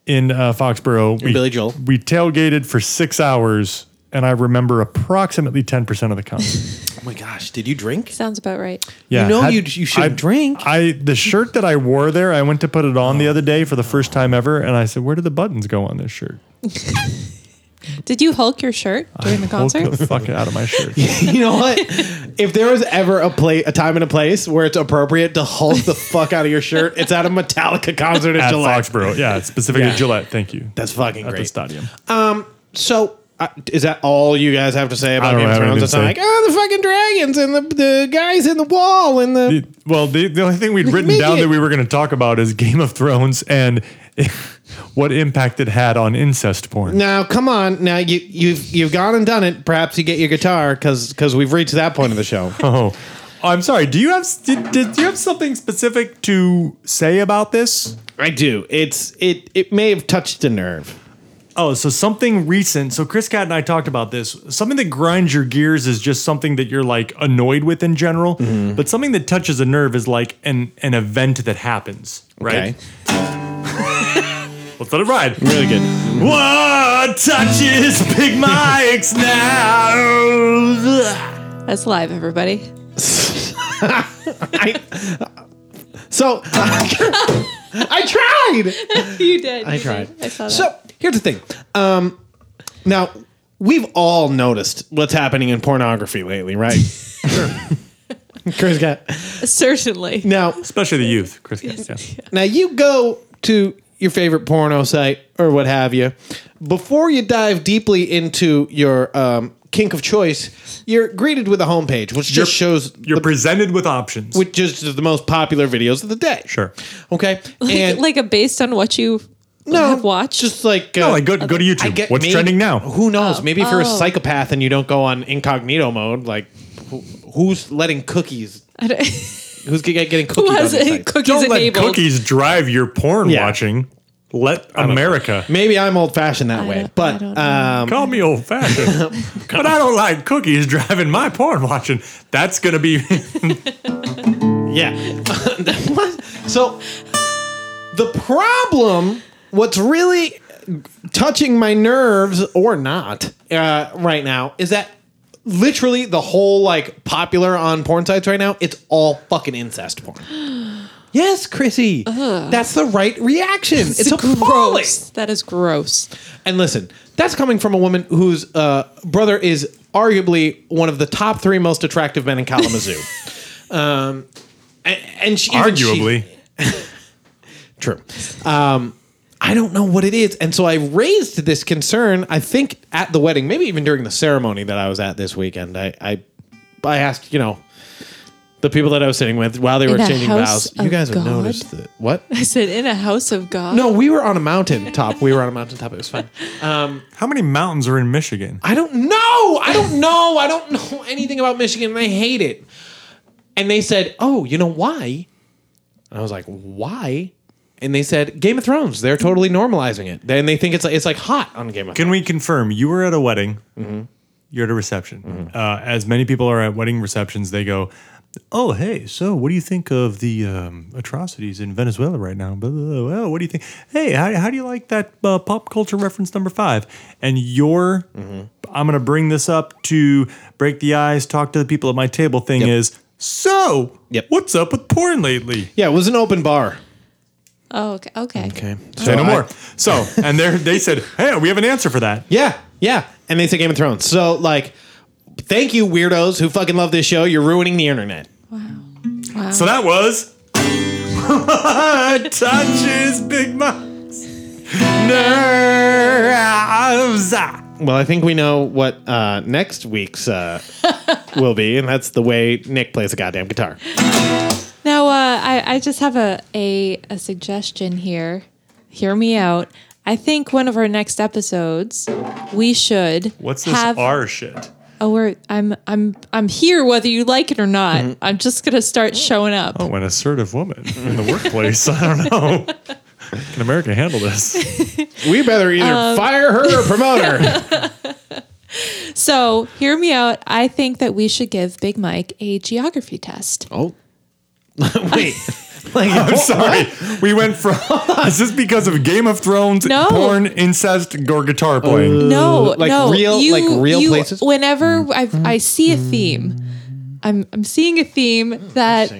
[SPEAKER 2] in uh, Foxborough. We,
[SPEAKER 1] Billy Joel.
[SPEAKER 2] We tailgated for six hours, and I remember approximately ten percent of the concert.
[SPEAKER 1] oh my gosh, did you drink?
[SPEAKER 3] Sounds about right.
[SPEAKER 2] Yeah,
[SPEAKER 1] know
[SPEAKER 2] had-
[SPEAKER 1] you- you shouldn't
[SPEAKER 2] I-
[SPEAKER 1] drink.
[SPEAKER 2] I the shirt that I wore there, I went to put it on the other day for the first time ever, and I said, "Where did the buttons go on this shirt?"
[SPEAKER 3] Did you hulk your shirt during the
[SPEAKER 2] Pulled
[SPEAKER 3] concert?
[SPEAKER 2] the fuck out of my
[SPEAKER 1] *laughs*
[SPEAKER 2] shirt.
[SPEAKER 1] *laughs* you know what? if there was ever a play, a time and a place where it's appropriate to hulk the fuck out of your shirt, it's at a Metallica concert at
[SPEAKER 2] At
[SPEAKER 1] Gillette.
[SPEAKER 2] Foxborough, yeah, specifically
[SPEAKER 1] Yeah.
[SPEAKER 2] Gillette. Thank you.
[SPEAKER 1] That's fucking
[SPEAKER 2] at the
[SPEAKER 1] great.
[SPEAKER 2] stadium.
[SPEAKER 1] So. Uh, is that all you guys have to say about
[SPEAKER 2] don't
[SPEAKER 1] Game of
[SPEAKER 2] have
[SPEAKER 1] Thrones?
[SPEAKER 2] anything
[SPEAKER 1] It's
[SPEAKER 2] to
[SPEAKER 1] not
[SPEAKER 2] say.
[SPEAKER 1] like, oh, the fucking dragons and the, the guys in the wall and the
[SPEAKER 2] It- well, the, the only thing we'd written
[SPEAKER 1] Make
[SPEAKER 2] down
[SPEAKER 1] it-
[SPEAKER 2] that we were going to talk about is Game of Thrones and *laughs* what impact it had on incest porn.
[SPEAKER 1] Now, come on. Now you you've you've gone and done it. Perhaps you get your guitar because we've reached that point of the show.
[SPEAKER 2] Oh, I'm sorry. Do you have did, did you have something specific to say about this?
[SPEAKER 1] I do. It's it it may have touched a nerve.
[SPEAKER 2] Oh, so something recent. So Chris Cat and I talked about this. Something that grinds your gears is just something that you're like annoyed with in general, but something that touches a nerve is like an an event that happens, right?
[SPEAKER 1] Okay.
[SPEAKER 2] Let's let it ride.
[SPEAKER 1] Really good.
[SPEAKER 2] What touches Big Mike's now?
[SPEAKER 3] That's live, everybody.
[SPEAKER 1] I, so *laughs* I tried.
[SPEAKER 3] *laughs* You did. I
[SPEAKER 1] tried.
[SPEAKER 3] I saw that.
[SPEAKER 1] So here's the thing. Um, now we've all noticed what's happening in pornography lately,
[SPEAKER 3] *laughs*
[SPEAKER 1] right? Chris got
[SPEAKER 3] Certainly.
[SPEAKER 1] now.
[SPEAKER 2] Especially the youth, Chris. *laughs* Guest, yeah.
[SPEAKER 1] Now you go to your favorite porno site or what have you. Before you dive deeply into your um, kink of choice, you're greeted with a homepage which just shows
[SPEAKER 2] You're
[SPEAKER 1] the,
[SPEAKER 2] presented with options.
[SPEAKER 1] which just is the most popular videos of the day.
[SPEAKER 2] Sure.
[SPEAKER 1] Okay.
[SPEAKER 3] Like,
[SPEAKER 1] and
[SPEAKER 3] like a based on what you have watched.
[SPEAKER 1] just like uh,
[SPEAKER 2] no, like go, go to
[SPEAKER 1] I
[SPEAKER 2] YouTube.
[SPEAKER 1] get
[SPEAKER 2] What's
[SPEAKER 1] maybe-
[SPEAKER 2] trending now?
[SPEAKER 1] Who knows? Maybe if you're a
[SPEAKER 3] Oh.
[SPEAKER 1] psychopath and you don't go on incognito mode, like who, who's letting cookies?
[SPEAKER 3] *laughs* I don't-
[SPEAKER 1] Who's g- getting cookies?
[SPEAKER 3] who has
[SPEAKER 1] on these
[SPEAKER 3] it?
[SPEAKER 1] sites?
[SPEAKER 3] cookies
[SPEAKER 2] Don't let
[SPEAKER 3] enabled?
[SPEAKER 2] cookies drive your porn
[SPEAKER 1] Yeah.
[SPEAKER 2] watching. Let America
[SPEAKER 1] Maybe I'm old fashioned that
[SPEAKER 3] I
[SPEAKER 1] way,
[SPEAKER 3] don't- I
[SPEAKER 1] but
[SPEAKER 3] don't know.
[SPEAKER 1] um,
[SPEAKER 2] call me old fashioned,
[SPEAKER 1] *laughs*
[SPEAKER 2] but I don't like cookies driving my porn watching. That's gonna be
[SPEAKER 1] Yeah. *laughs* What? so the problem, what's really touching my nerves or not uh, right now, is that literally the whole like popular on porn sites right now, it's all fucking incest porn. *gasps* yes, Chrissy. That's the right reaction. it's appalling.
[SPEAKER 3] gross. That is gross.
[SPEAKER 1] And listen, that's coming from a woman whose uh, brother is arguably one of the top three most attractive men in Kalamazoo. um, and, and she *laughs* even she-
[SPEAKER 2] Arguably.
[SPEAKER 1] True. Um, I don't know what it is. And so I raised this concern, I think, at the wedding, maybe even during the ceremony that I was at this weekend. I I, I asked, you know, the people that I was sitting with while they were
[SPEAKER 3] the
[SPEAKER 1] changing
[SPEAKER 3] house
[SPEAKER 1] vows, you
[SPEAKER 3] of
[SPEAKER 1] guys have
[SPEAKER 3] God?
[SPEAKER 1] noticed that. What?
[SPEAKER 3] I said, in a house of God.
[SPEAKER 1] No, we were on a mountain top. We were on a mountain top. It was fine.
[SPEAKER 2] How many mountains are in Michigan?
[SPEAKER 1] I don't know. I don't know. I don't know anything about Michigan and I hate it. And they said, Oh, you know why? And I was like, Why? And they said, Game of Thrones. They're totally normalizing it. Then they think it's like it's like hot on Game of Thrones.
[SPEAKER 2] Can we confirm you were at a wedding?
[SPEAKER 1] Mm-hmm.
[SPEAKER 2] You're at a reception. Uh, as many people are at wedding receptions, they go, "Oh, hey, so what do you think of the um, atrocities in Venezuela right now?" Blah, blah, blah. Well, what do you think? Hey, how, how do you like that uh, pop culture reference number five? And your,
[SPEAKER 1] Mm-hmm.
[SPEAKER 2] I'm going to bring this up to break the ice, talk to the people at my table. Thing
[SPEAKER 1] Yep.
[SPEAKER 2] is, so
[SPEAKER 1] Yep.
[SPEAKER 2] what's up with porn lately?
[SPEAKER 1] Yeah, it was an open bar.
[SPEAKER 3] Oh, okay. okay.
[SPEAKER 1] Okay.
[SPEAKER 2] Say no more. So, and they they said, "Hey, we have an answer for that."
[SPEAKER 1] Yeah, yeah. And they said Game of Thrones. So like thank you, weirdos who fucking love this show. You're ruining the internet.
[SPEAKER 2] So that was *laughs* touches big mouse nerves.
[SPEAKER 1] Well, I think we know what uh, next week's *laughs* uh, will be, and that's the way Nick plays a goddamn guitar.
[SPEAKER 3] Now, uh, I, I just have a, a, a suggestion here. Hear me out. I think one of our next episodes, we should
[SPEAKER 2] What's this
[SPEAKER 3] have
[SPEAKER 2] R shit?
[SPEAKER 3] Oh, we're, I'm I'm I'm here whether you like it or not. I'm just gonna start showing up.
[SPEAKER 2] Mm. Oh, an assertive woman in the workplace. I don't know. Can America handle this?
[SPEAKER 1] We better either fire her or promote her.
[SPEAKER 3] So hear me out. I think that we should give Big Mike a geography test.
[SPEAKER 1] oh, wait. like,
[SPEAKER 2] *laughs* I'm sorry. We went from. *laughs* Is this because of Game of Thrones,
[SPEAKER 3] No.
[SPEAKER 2] porn, incest, or guitar playing?
[SPEAKER 3] No,
[SPEAKER 1] like
[SPEAKER 3] no,
[SPEAKER 1] real-
[SPEAKER 3] you,
[SPEAKER 1] like real
[SPEAKER 3] you-
[SPEAKER 1] places?
[SPEAKER 3] Whenever
[SPEAKER 2] Hmm.
[SPEAKER 3] I I see a theme, I'm I'm seeing a theme that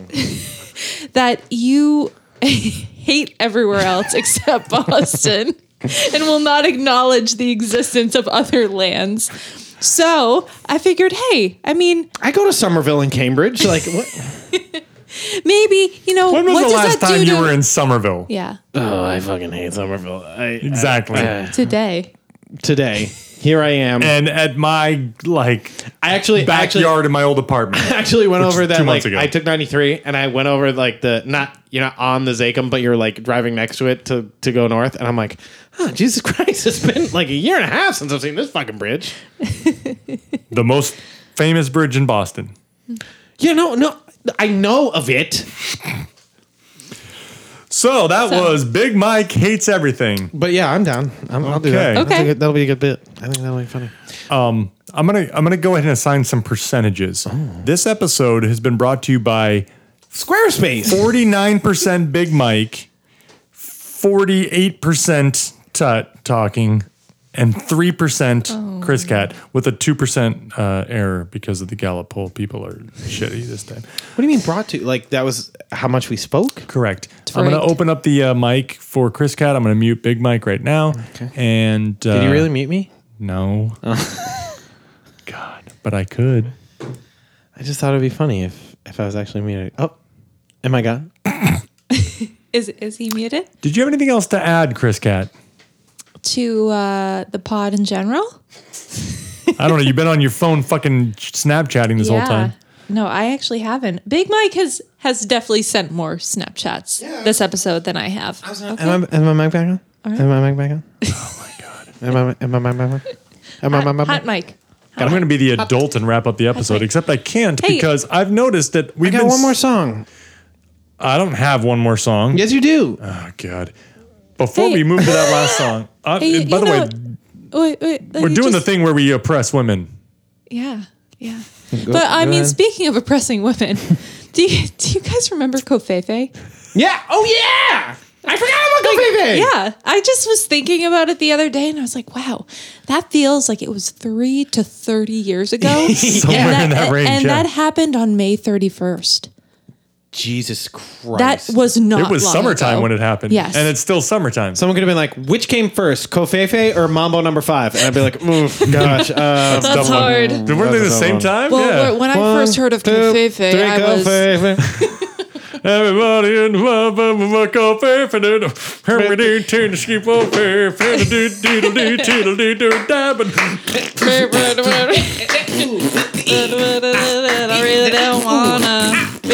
[SPEAKER 3] *laughs* that you *laughs* hate everywhere else *laughs* except Boston, *laughs* and will not acknowledge the existence of other lands. So I figured, hey, I mean,
[SPEAKER 1] I go to Somerville and Cambridge. Like, what?
[SPEAKER 2] *laughs*
[SPEAKER 3] maybe you know
[SPEAKER 2] When was
[SPEAKER 3] what
[SPEAKER 2] the
[SPEAKER 3] does
[SPEAKER 2] last
[SPEAKER 3] that do
[SPEAKER 2] time you
[SPEAKER 3] to-
[SPEAKER 2] were in Somerville?
[SPEAKER 3] yeah
[SPEAKER 1] oh, I fucking hate Somerville. I,
[SPEAKER 2] Exactly.
[SPEAKER 3] today
[SPEAKER 1] today, here I am.
[SPEAKER 2] and at my like
[SPEAKER 1] I actually, I actually, *laughs*
[SPEAKER 2] backyard in my old apartment.
[SPEAKER 1] actually went
[SPEAKER 2] Which is
[SPEAKER 1] over that.
[SPEAKER 2] two months
[SPEAKER 1] Like,
[SPEAKER 2] ago.
[SPEAKER 1] I took ninety three, and I went over like the not you're not on the Zacum, but you're like driving next to it to to go north. And I'm like, oh, Jesus *laughs* Christ, it's been like a year and a half since I've seen this fucking bridge.
[SPEAKER 2] the most famous bridge in Boston.
[SPEAKER 1] Yeah, no, no, I know of it,
[SPEAKER 2] So that was Big Mike hates everything.
[SPEAKER 1] but yeah, I'm down. I'm, I'll do that. That's
[SPEAKER 2] Okay.
[SPEAKER 1] a
[SPEAKER 3] Okay.
[SPEAKER 1] good- that'll be a good bit. I think that'll be funny.
[SPEAKER 2] I'm gonna I'm gonna go ahead and assign some percentages.
[SPEAKER 1] Oh.
[SPEAKER 2] This episode has been brought to you by
[SPEAKER 1] Squarespace.
[SPEAKER 2] 49% Big Mike, 48% Tut talking, and 3% Chris Cat with a 2% uh, error because of the Gallup poll. People are shitty this time.
[SPEAKER 1] What do you mean brought to? Like that was how much we spoke?
[SPEAKER 2] Correct. I'm going to
[SPEAKER 3] correct.
[SPEAKER 2] open up the uh, mic for Chris Cat. I'm going to mute Big Mike right now. Okay. And uh,
[SPEAKER 1] Did you really mute me?
[SPEAKER 2] No. God, but I could.
[SPEAKER 1] I just thought it'd be funny if if I was actually muted. Oh, am I gone?
[SPEAKER 3] is is he muted
[SPEAKER 2] Did you have anything else to add, Chris Cat?
[SPEAKER 3] to uh, the pod in general?
[SPEAKER 2] I don't know. You've been on your phone fucking Snapchatting this whole time.
[SPEAKER 3] No, I actually haven't. Big Mike has has definitely sent more Snapchats this episode than I have.
[SPEAKER 1] Am I? Am I mic back on? Am I mic back
[SPEAKER 3] *laughs*
[SPEAKER 1] on? Oh my god. Am I? Am I mic back on? Am I?
[SPEAKER 3] Hot,
[SPEAKER 1] Am I?
[SPEAKER 3] hot Mike.
[SPEAKER 2] I'm going to be the adult and wrap up the episode, except I can't
[SPEAKER 3] Hey.
[SPEAKER 2] because I've noticed that we've
[SPEAKER 1] I got
[SPEAKER 2] been
[SPEAKER 1] one more
[SPEAKER 2] s-
[SPEAKER 1] song.
[SPEAKER 2] I don't have one more song.
[SPEAKER 1] Yes, you do.
[SPEAKER 2] Oh God. Before
[SPEAKER 3] Hey.
[SPEAKER 2] we move to that last
[SPEAKER 3] *laughs*
[SPEAKER 2] song, uh,
[SPEAKER 3] Hey,
[SPEAKER 2] by
[SPEAKER 3] you
[SPEAKER 2] the way,
[SPEAKER 3] know- Wait, wait,
[SPEAKER 2] we're doing the thing where we oppress women.
[SPEAKER 3] Yeah, yeah. But I
[SPEAKER 1] go
[SPEAKER 3] mean,
[SPEAKER 1] ahead.
[SPEAKER 3] speaking
[SPEAKER 2] *laughs*
[SPEAKER 3] of oppressing women, do you, do you guys remember Kofefe?
[SPEAKER 1] Yeah. Oh yeah. I forgot about Goofy Thing.
[SPEAKER 3] Yeah, I just was thinking about it the other day, and I was like, "Wow, that feels like it was three to thirty years ago."
[SPEAKER 2] *laughs* Somewhere
[SPEAKER 3] and
[SPEAKER 2] in that range,
[SPEAKER 3] and
[SPEAKER 2] yeah.
[SPEAKER 3] that happened on May thirty first.
[SPEAKER 1] Jesus
[SPEAKER 3] That
[SPEAKER 1] Christ.
[SPEAKER 3] was not.
[SPEAKER 2] It was
[SPEAKER 3] Ah, long
[SPEAKER 2] summertime
[SPEAKER 3] ago.
[SPEAKER 2] when it happened.
[SPEAKER 3] Yes.
[SPEAKER 2] And it's still summertime.
[SPEAKER 1] Someone could have been like, which came first, Kofefe or Mambo number five? And I'd be like, *laughs* oof, gosh. Uh,
[SPEAKER 2] That's
[SPEAKER 3] That's
[SPEAKER 2] dumb one.
[SPEAKER 3] hard.
[SPEAKER 2] Dude, weren't they the
[SPEAKER 1] That's a
[SPEAKER 2] same
[SPEAKER 1] dumb
[SPEAKER 2] time?
[SPEAKER 3] Well,
[SPEAKER 2] yeah.
[SPEAKER 3] wh- when I
[SPEAKER 1] one,
[SPEAKER 3] first heard of
[SPEAKER 1] two,
[SPEAKER 3] Covfefe,
[SPEAKER 1] three,
[SPEAKER 3] I was *laughs*
[SPEAKER 1] Covfefe.
[SPEAKER 2] Everybody in the
[SPEAKER 3] I really don't wanna be.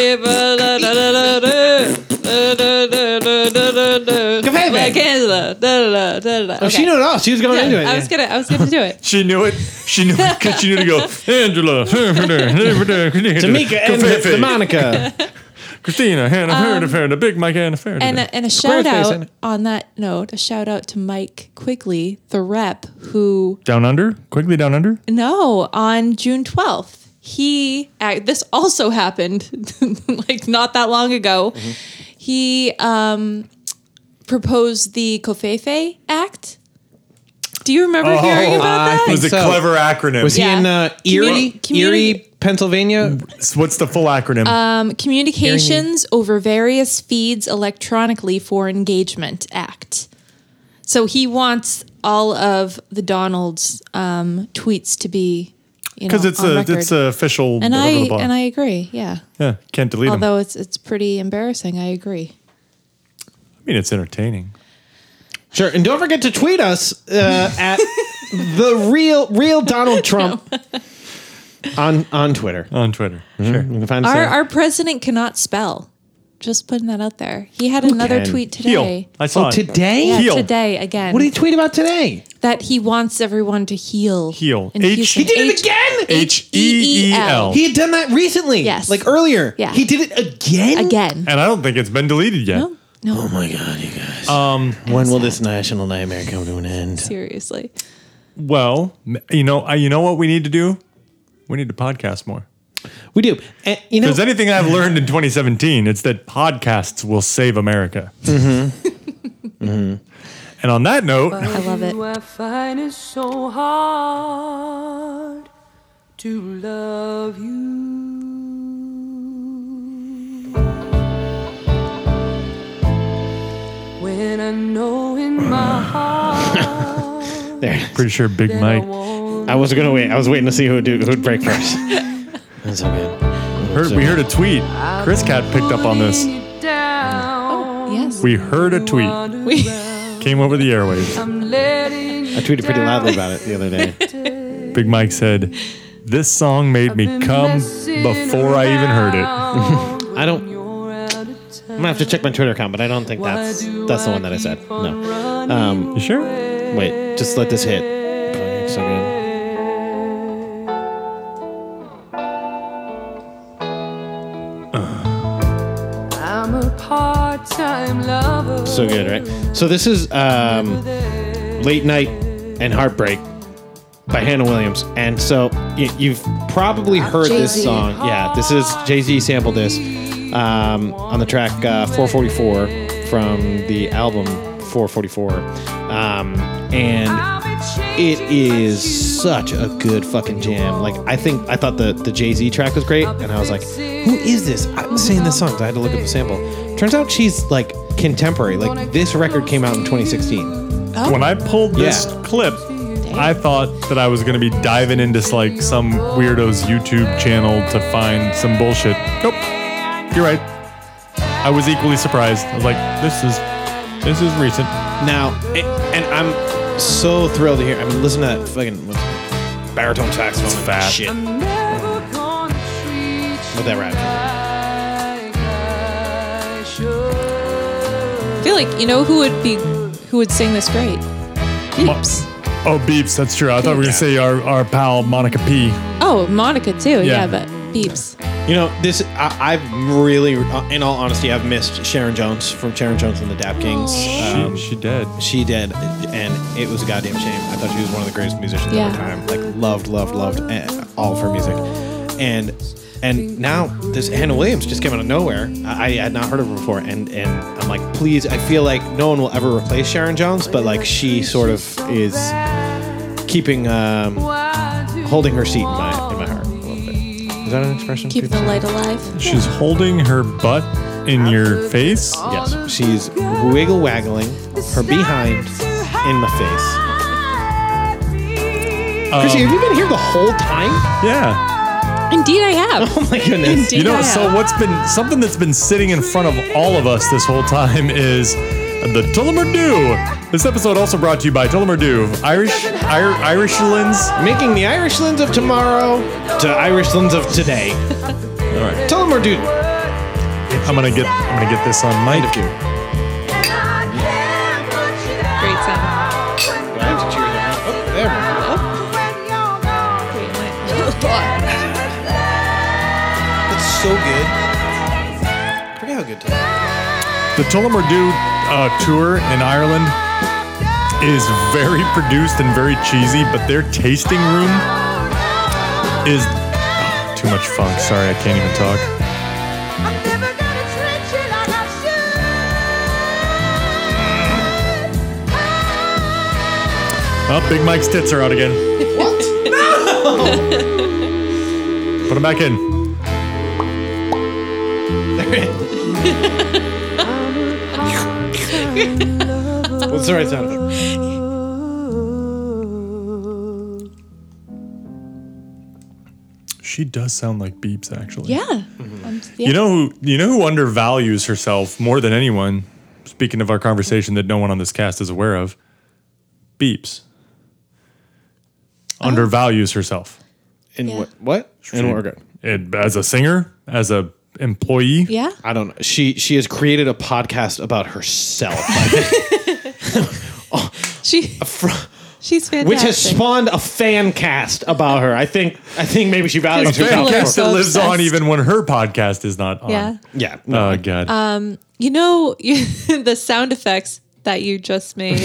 [SPEAKER 1] Covfefe.
[SPEAKER 3] Okay.
[SPEAKER 1] Oh, She knew it all. She was going
[SPEAKER 3] Yeah,
[SPEAKER 1] into it.
[SPEAKER 3] I was gonna. I was gonna do it.
[SPEAKER 2] She knew it. She knew it because she knew to go, Angela,
[SPEAKER 1] Tamika and the, the
[SPEAKER 2] Tamika,
[SPEAKER 3] *laughs*
[SPEAKER 1] Monica.
[SPEAKER 2] Christina, Hannah, Hannah, Hannah, Big Mike, Hannah, Hannah.
[SPEAKER 3] Um, And uh, a, and a shout
[SPEAKER 1] Squarespace,
[SPEAKER 3] out
[SPEAKER 1] isn't it?
[SPEAKER 3] on that note. A shout out to Mike Quigley, the rep, who
[SPEAKER 2] down under? Quickly down under?
[SPEAKER 3] no on June twelfth. He uh, this also happened *laughs* like not that long ago.
[SPEAKER 2] Mm-hmm.
[SPEAKER 3] He um, proposed the Covfefe Act. Do you remember hearing about
[SPEAKER 1] I
[SPEAKER 3] that?
[SPEAKER 1] think
[SPEAKER 2] It Oh, was a
[SPEAKER 1] so.
[SPEAKER 2] clever acronym.
[SPEAKER 1] Was he
[SPEAKER 3] Yeah.
[SPEAKER 1] in uh, Erie,
[SPEAKER 3] Communi- community-
[SPEAKER 1] Erie, Pennsylvania?
[SPEAKER 2] What's the full acronym?
[SPEAKER 3] Um, communications over various feeds electronically for engagement act. So he wants all of the Donald's um, tweets to be, you know,
[SPEAKER 2] Because it's
[SPEAKER 3] on
[SPEAKER 2] a
[SPEAKER 3] record.
[SPEAKER 2] it's a official.
[SPEAKER 3] and
[SPEAKER 2] blah,
[SPEAKER 3] I
[SPEAKER 2] blah, blah, blah.
[SPEAKER 3] and I agree. Yeah,
[SPEAKER 2] yeah, can't delete them. I
[SPEAKER 3] although it's it's pretty embarrassing. I agree.
[SPEAKER 2] mean, it's entertaining.
[SPEAKER 1] Sure, and don't forget to tweet us uh,
[SPEAKER 3] *laughs*
[SPEAKER 1] at the real real Donald Trump on on Twitter.
[SPEAKER 2] on Twitter.
[SPEAKER 1] You can find us
[SPEAKER 3] Our
[SPEAKER 1] there.
[SPEAKER 3] our president cannot spell. Just putting that out there. He had another
[SPEAKER 1] can?
[SPEAKER 3] tweet
[SPEAKER 2] Heel.
[SPEAKER 3] today.
[SPEAKER 2] I saw
[SPEAKER 1] oh,
[SPEAKER 2] it.
[SPEAKER 1] today?
[SPEAKER 3] Yeah,
[SPEAKER 2] Heel.
[SPEAKER 3] today again.
[SPEAKER 1] What did he tweet about today?
[SPEAKER 3] that he wants everyone to heal.
[SPEAKER 2] Heal.
[SPEAKER 3] in
[SPEAKER 2] H-
[SPEAKER 3] Houston.
[SPEAKER 1] He did
[SPEAKER 3] H-
[SPEAKER 1] it again.
[SPEAKER 2] H E E L.
[SPEAKER 1] he had done that recently.
[SPEAKER 3] Yes.
[SPEAKER 1] like earlier.
[SPEAKER 3] Yeah.
[SPEAKER 1] he did it again.
[SPEAKER 3] again.
[SPEAKER 2] And I don't think it's been deleted yet.
[SPEAKER 3] No, no.
[SPEAKER 1] Oh my god, you guys. Um, when will this national nightmare come to an end?
[SPEAKER 3] Seriously.
[SPEAKER 2] Well, m- you know, I, you know what we need to do? We need to podcast more.
[SPEAKER 1] We do. And, you know,
[SPEAKER 2] If there's
[SPEAKER 1] *laughs*
[SPEAKER 2] anything I've learned in 2017, it's that podcasts will save America. *laughs* And on that note,
[SPEAKER 3] I love it.
[SPEAKER 4] You I find it so hard to love you. When I know in my heart
[SPEAKER 1] there.
[SPEAKER 2] pretty sure Big
[SPEAKER 4] that I
[SPEAKER 2] Mike
[SPEAKER 4] won't
[SPEAKER 1] I was gonna wait. I was waiting to see who would do, who'd break first. That's so good.
[SPEAKER 2] heard. We heard a tweet. Chris Cat picked up on this.
[SPEAKER 4] let you down.
[SPEAKER 3] Oh, Yes.
[SPEAKER 2] We heard a tweet.
[SPEAKER 3] We-
[SPEAKER 2] Came over the airwaves.
[SPEAKER 4] I'm letting *laughs* you
[SPEAKER 1] I tweeted pretty loudly about it the other day.
[SPEAKER 2] Big Mike said, "This song made me come before I even heard it."
[SPEAKER 4] it.
[SPEAKER 1] I don't. I'm gonna have to check my Twitter account, but I don't think that's that's the one that I said. No. Um,
[SPEAKER 2] You sure?
[SPEAKER 1] wait, just let this hit. Fucking So good.
[SPEAKER 4] I'm a part-time lover.
[SPEAKER 1] So good, right? So this is um, late night and heartbreak by Hannah Williams, and so y- you've probably heard this
[SPEAKER 3] Jay-Z.
[SPEAKER 1] song. Yeah, this is Jay Z sampled this um, on the track uh, 444 from the album 444, um, and. It is such a good fucking jam. Like I think I thought the the Jay Z track was great, and I was like, "Who is this?" I'm saying this song. 'cause I had to look up the sample. Turns out she's like contemporary. Like this record came out in 2016.
[SPEAKER 2] When I pulled this
[SPEAKER 1] Yeah.
[SPEAKER 2] clip, I thought that I was going to be diving into like some weirdo's YouTube channel to find some bullshit. Nope. You're right. I was equally surprised. I was like, this is this is recent.
[SPEAKER 1] Now, it, and I'm so thrilled to hear. I mean, listen to that fucking what's it? baritone saxophone
[SPEAKER 2] It's fat.
[SPEAKER 1] shit with
[SPEAKER 4] With
[SPEAKER 1] that rap.
[SPEAKER 3] I feel like you know who would be who would sing this great. Beeps.
[SPEAKER 2] Oh, beeps. That's true. I thought we were going to say our, our pal Monica P.
[SPEAKER 3] Oh, Monica too.
[SPEAKER 2] Yeah.
[SPEAKER 3] Yeah, but beeps.
[SPEAKER 1] You know, this I, I've really, in all honesty, I've missed Sharon Jones from Sharon Jones and the Dap Kings. Um,
[SPEAKER 2] she, she did.
[SPEAKER 1] She did, and it was a goddamn shame. I thought she was one of the greatest musicians
[SPEAKER 3] Yeah.
[SPEAKER 1] of her time. Like loved, loved, loved eh, all of her music, and And now this Anna Williams just came out of nowhere. I, I had not heard of her before, and and I'm like, please. I feel like no one will ever replace Sharon Jones, but like she sort of is keeping um, holding her seat in my in my heart a little bit. Is that an expression?
[SPEAKER 3] Keep the
[SPEAKER 1] people say?
[SPEAKER 3] light alive.
[SPEAKER 2] She's holding her butt in your face.
[SPEAKER 1] Yes, she's wiggle waggling her behind in my face. Chrissy, have you been here the whole time? *laughs*
[SPEAKER 2] Um, Yeah.
[SPEAKER 3] Indeed, I have.
[SPEAKER 1] Oh my goodness.
[SPEAKER 3] Indeed.
[SPEAKER 2] You know,
[SPEAKER 3] Yeah.
[SPEAKER 2] so what's been something that's been sitting in front of all of us this whole time is the Tullamore Dew. This episode also brought to you by Tullamore Dew, Irish Ir- Irishlands.
[SPEAKER 1] Making the Irishlands of tomorrow to Irishlands of today.
[SPEAKER 2] All right,
[SPEAKER 1] Tell them we're dude.
[SPEAKER 2] I'm gonna get I'm gonna get this on mic.
[SPEAKER 3] Great sound.
[SPEAKER 1] Oh, That's so good. Forget how good time.
[SPEAKER 2] The Tullamore Dew uh, tour in Ireland is very produced and very cheesy, but their tasting room is oh, too much funk. Sorry, I can't even talk. Oh, Big Mike's tits are out again. What? no! *laughs* Put them back in.
[SPEAKER 1] What's the right sound effect?
[SPEAKER 2] She does sound like beeps, actually.
[SPEAKER 3] Yeah. Um, yeah.
[SPEAKER 2] You know who you know who undervalues herself more than anyone. Speaking of our conversation that no one on this cast is aware of, beeps
[SPEAKER 3] Oh.
[SPEAKER 2] undervalues herself.
[SPEAKER 1] In
[SPEAKER 3] Yeah.
[SPEAKER 1] what? What? In what regard?
[SPEAKER 2] It, as a singer, as a employee. *laughs*
[SPEAKER 3] yeah.
[SPEAKER 1] I don't know. She she has created a podcast about herself,
[SPEAKER 3] *laughs*
[SPEAKER 1] I think,
[SPEAKER 3] She, *laughs* she's fantastic.
[SPEAKER 1] which has spawned a fan cast about her. I think I think maybe she values
[SPEAKER 3] She's a
[SPEAKER 1] herself.
[SPEAKER 3] fan
[SPEAKER 1] more.
[SPEAKER 2] Podcast that lives on
[SPEAKER 3] obsessed.
[SPEAKER 2] even when her podcast is not on.
[SPEAKER 3] Yeah. Uh,
[SPEAKER 1] Yeah. No.
[SPEAKER 2] Oh god.
[SPEAKER 3] You know *laughs* the sound effects that you just made.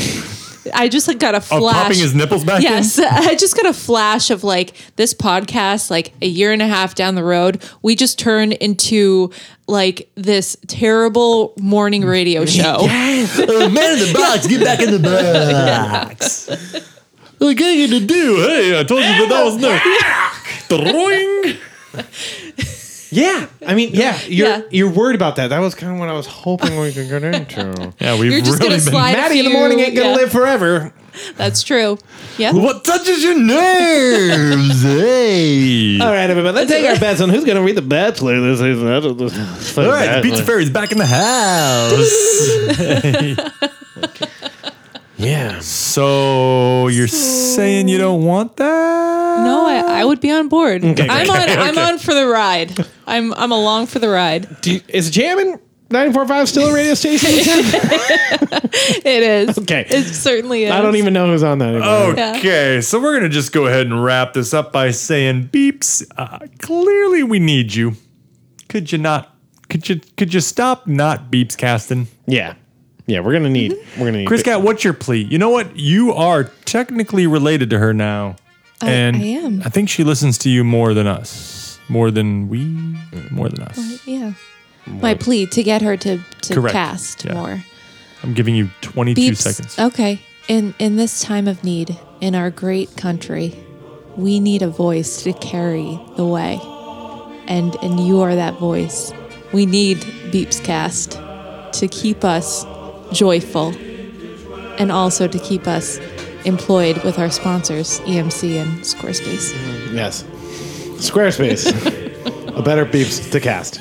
[SPEAKER 3] I just like got
[SPEAKER 2] *laughs*
[SPEAKER 3] a
[SPEAKER 2] oh,
[SPEAKER 3] flash.
[SPEAKER 2] popping his nipples back
[SPEAKER 3] Yes, *laughs* I just got a flash of like this podcast, like a year and a half down the road, we just turn into like this terrible morning radio show.
[SPEAKER 2] in. Oh, man in the box, get back in the box. What can you to do? Hey, I told you that that was *laughs* no. Droing.
[SPEAKER 1] Yeah. I mean, yeah. You're
[SPEAKER 3] Yeah.
[SPEAKER 1] you're worried about that. That was kind of what I was hoping we could get
[SPEAKER 3] *laughs*
[SPEAKER 1] into.
[SPEAKER 2] Yeah, we've
[SPEAKER 3] You're just
[SPEAKER 2] really been.
[SPEAKER 3] gonna slide- a
[SPEAKER 1] Maddie in the
[SPEAKER 3] few-
[SPEAKER 1] morning ain't gonna
[SPEAKER 3] yeah.
[SPEAKER 1] live forever.
[SPEAKER 3] That's true. Yeah.
[SPEAKER 2] What touches your *laughs* nerves? hey.
[SPEAKER 1] All right, everybody, let's take our bets on who's going to read The Bachelor this season. That's what the-
[SPEAKER 2] All right, the pizza fairy's back in the *laughs* house.
[SPEAKER 1] Yeah.
[SPEAKER 2] so you're saying you don't want that?
[SPEAKER 3] No, I, I would be on board. I'm on. I'm on for the ride. I'm I'm along for the ride.
[SPEAKER 1] Do you, is Jammin' 945 still a radio *laughs* station?
[SPEAKER 3] It is. It
[SPEAKER 1] okay.
[SPEAKER 3] certainly is.
[SPEAKER 1] I don't even know who's on that anymore.
[SPEAKER 2] Okay, so we're gonna just go ahead and wrap this up by saying, "Beeps, uh, clearly we need you. Could you not? Could you? Could you stop not beeps casting?" Mm-hmm.
[SPEAKER 1] Yeah. Yeah, we're going to need. We're going to need.
[SPEAKER 2] Chris Cat, what's your plea? You know what? You are technically related to her now, and
[SPEAKER 3] I am.
[SPEAKER 2] I think she listens to you more than us, more than we, more than us.
[SPEAKER 3] Yeah. My plea to get her to to
[SPEAKER 2] Correct.
[SPEAKER 3] cast
[SPEAKER 2] Yeah.
[SPEAKER 3] more.
[SPEAKER 2] I'm giving you 22
[SPEAKER 3] Beeps. Oh.
[SPEAKER 2] seconds.
[SPEAKER 3] Okay. In in this time of need in our great country, we need a voice to carry the way, and and you are that voice. We need Beeps Cast to keep us joyful, and also to keep us employed with our sponsors EMC and Squarespace.
[SPEAKER 1] Yes. Squarespace. a better beeps to cast.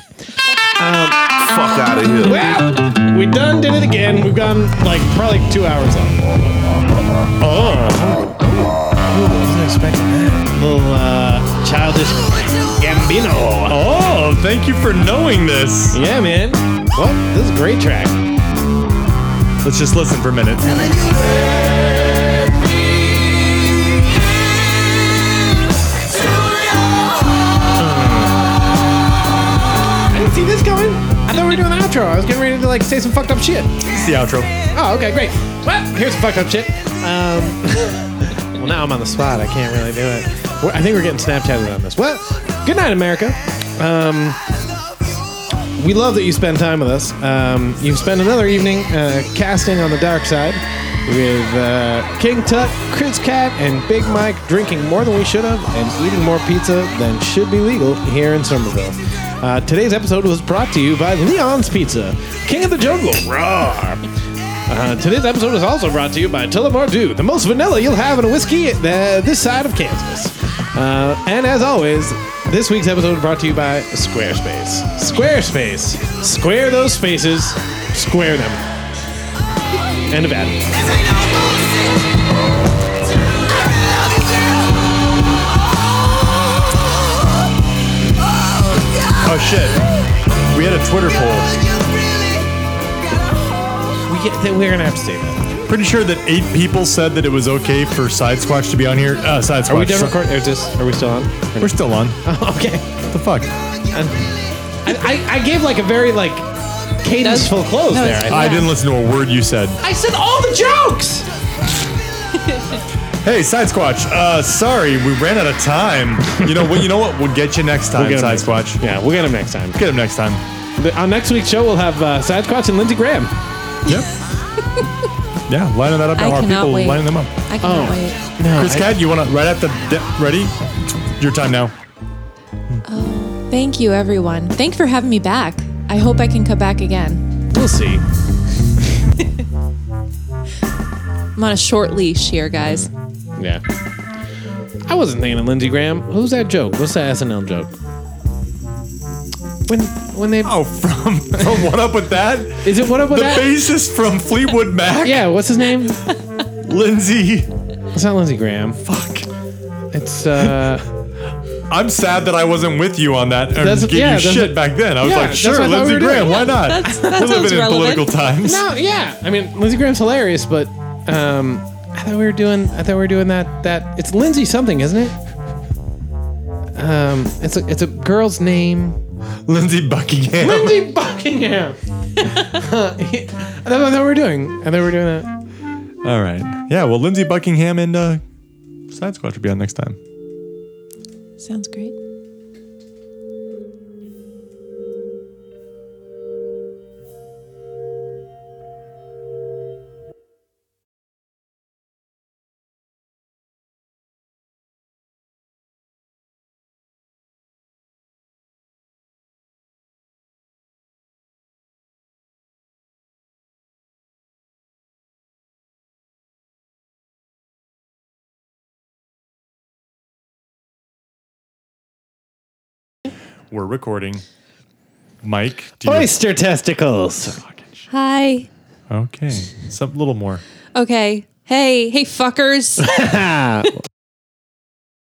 [SPEAKER 1] Um,
[SPEAKER 5] Fuck out of here.
[SPEAKER 1] Well, we done did it again. We've gone like probably two hours on.
[SPEAKER 5] Oh.
[SPEAKER 1] Little uh, childish Gambino.
[SPEAKER 2] Oh, thank you for knowing this.
[SPEAKER 1] Yeah, man. Well, this is a great track.
[SPEAKER 2] Let's just listen for a minute.
[SPEAKER 1] I didn't see this coming. I thought we were doing an outro. I was getting ready to like say some fucked up shit.
[SPEAKER 2] It's the outro.
[SPEAKER 1] Oh, okay, great. Well, here's some fucked up shit. Um,
[SPEAKER 6] *laughs*
[SPEAKER 1] well, now I'm on the spot. I can't really do it. We're, I think we're getting Snapchatted on this. Well, good night, America.
[SPEAKER 6] Um, We love that you spend time with us. Um, you've spent another evening uh, casting on the dark side with uh, King Tut, Chris Cat, and Big Mike drinking more than we should have and eating more pizza than should be legal here in Somerville. Uh, today's episode was brought to you by Leon's Pizza, King of the Jungle. Roar! Uh, today's episode is also brought to you by Tullamore Dew, the most vanilla you'll have in a whiskey uh, this side of Kansas. Uh, and as always, this week's episode is brought to you by Squarespace. Squarespace. Square those spaces, square them. End of ad.
[SPEAKER 2] Oh shit. We had a Twitter poll.
[SPEAKER 6] We get, we're going to have to say that.
[SPEAKER 2] Pretty sure that eight people said that it was okay for Side Squatch to be on here. Uh, Side Squatch.
[SPEAKER 6] Are we done recording? Is this, are we still on?
[SPEAKER 2] We're still
[SPEAKER 6] *laughs*
[SPEAKER 2] on.
[SPEAKER 6] okay.
[SPEAKER 2] What the fuck?
[SPEAKER 6] I, I, I gave like a very like cadenceful close
[SPEAKER 3] that was
[SPEAKER 6] there. I,
[SPEAKER 2] I didn't listen to a word you said.
[SPEAKER 6] I said all the jokes!
[SPEAKER 2] Hey, Side Squatch. Uh, sorry, we ran out of time. You know what? You know what? We'll get you next time,
[SPEAKER 6] We'll get 'em
[SPEAKER 2] Side
[SPEAKER 6] next-
[SPEAKER 2] Squatch.
[SPEAKER 6] Yeah, we'll get him next time.
[SPEAKER 2] Get him next time.
[SPEAKER 6] The- On next week's show, we'll have uh, Sasquatch and Lindsey Graham.
[SPEAKER 2] Yep. yeah, lining that up.
[SPEAKER 3] I
[SPEAKER 2] Now our
[SPEAKER 3] cannot
[SPEAKER 2] people
[SPEAKER 3] wait.
[SPEAKER 2] lining them up.
[SPEAKER 3] I cannot wait.
[SPEAKER 6] No,
[SPEAKER 2] Chris Cad, you want to right at the de- ready? Your time now.
[SPEAKER 3] Thank you, everyone. Thank you for having me back. I hope I can come back again.
[SPEAKER 6] we'll see.
[SPEAKER 3] I'm on a short leash here, guys.
[SPEAKER 6] Yeah. I wasn't thinking of Lindsey Graham. Who's that joke? What's that SNL joke? When when they
[SPEAKER 2] Oh, from *laughs* from what up with that?
[SPEAKER 6] is it what up with
[SPEAKER 2] The
[SPEAKER 6] that?
[SPEAKER 2] bassist from Fleetwood Mac,
[SPEAKER 6] Yeah, what's his name?
[SPEAKER 2] Lindsey.
[SPEAKER 6] It's not Lindsey Graham.
[SPEAKER 2] Fuck.
[SPEAKER 6] It's uh
[SPEAKER 2] I'm sad that I wasn't with you on that and
[SPEAKER 6] That's-
[SPEAKER 2] gave
[SPEAKER 6] yeah,
[SPEAKER 2] you
[SPEAKER 6] that's-
[SPEAKER 2] shit back then. I was
[SPEAKER 6] yeah,
[SPEAKER 2] like,
[SPEAKER 6] that's
[SPEAKER 2] sure,
[SPEAKER 6] what I thought
[SPEAKER 2] Lindsey
[SPEAKER 6] we were doing.
[SPEAKER 2] Graham, why not? *laughs*
[SPEAKER 3] that's- that
[SPEAKER 2] We're
[SPEAKER 3] sounds
[SPEAKER 2] living in
[SPEAKER 3] relevant.
[SPEAKER 2] political times. *laughs*
[SPEAKER 6] no, yeah. I mean Lindsey Graham's hilarious, but um I thought we were doing I thought we were doing that that it's Lindsey something, isn't it? Um it's a it's a girl's name.
[SPEAKER 2] Lindsey Buckingham.
[SPEAKER 6] Lindsey *laughs* Buckingham. That's what I thought we were doing. I thought we were doing that.
[SPEAKER 2] All right. Yeah, well, Lindsey Buckingham and uh, Side Squad will be on next time.
[SPEAKER 3] Sounds great.
[SPEAKER 2] We're recording. Mike, do you
[SPEAKER 6] Oyster testicles.
[SPEAKER 3] Hi.
[SPEAKER 2] Okay. Some little more.
[SPEAKER 3] Okay. Hey, hey, fuckers.
[SPEAKER 6] Ha!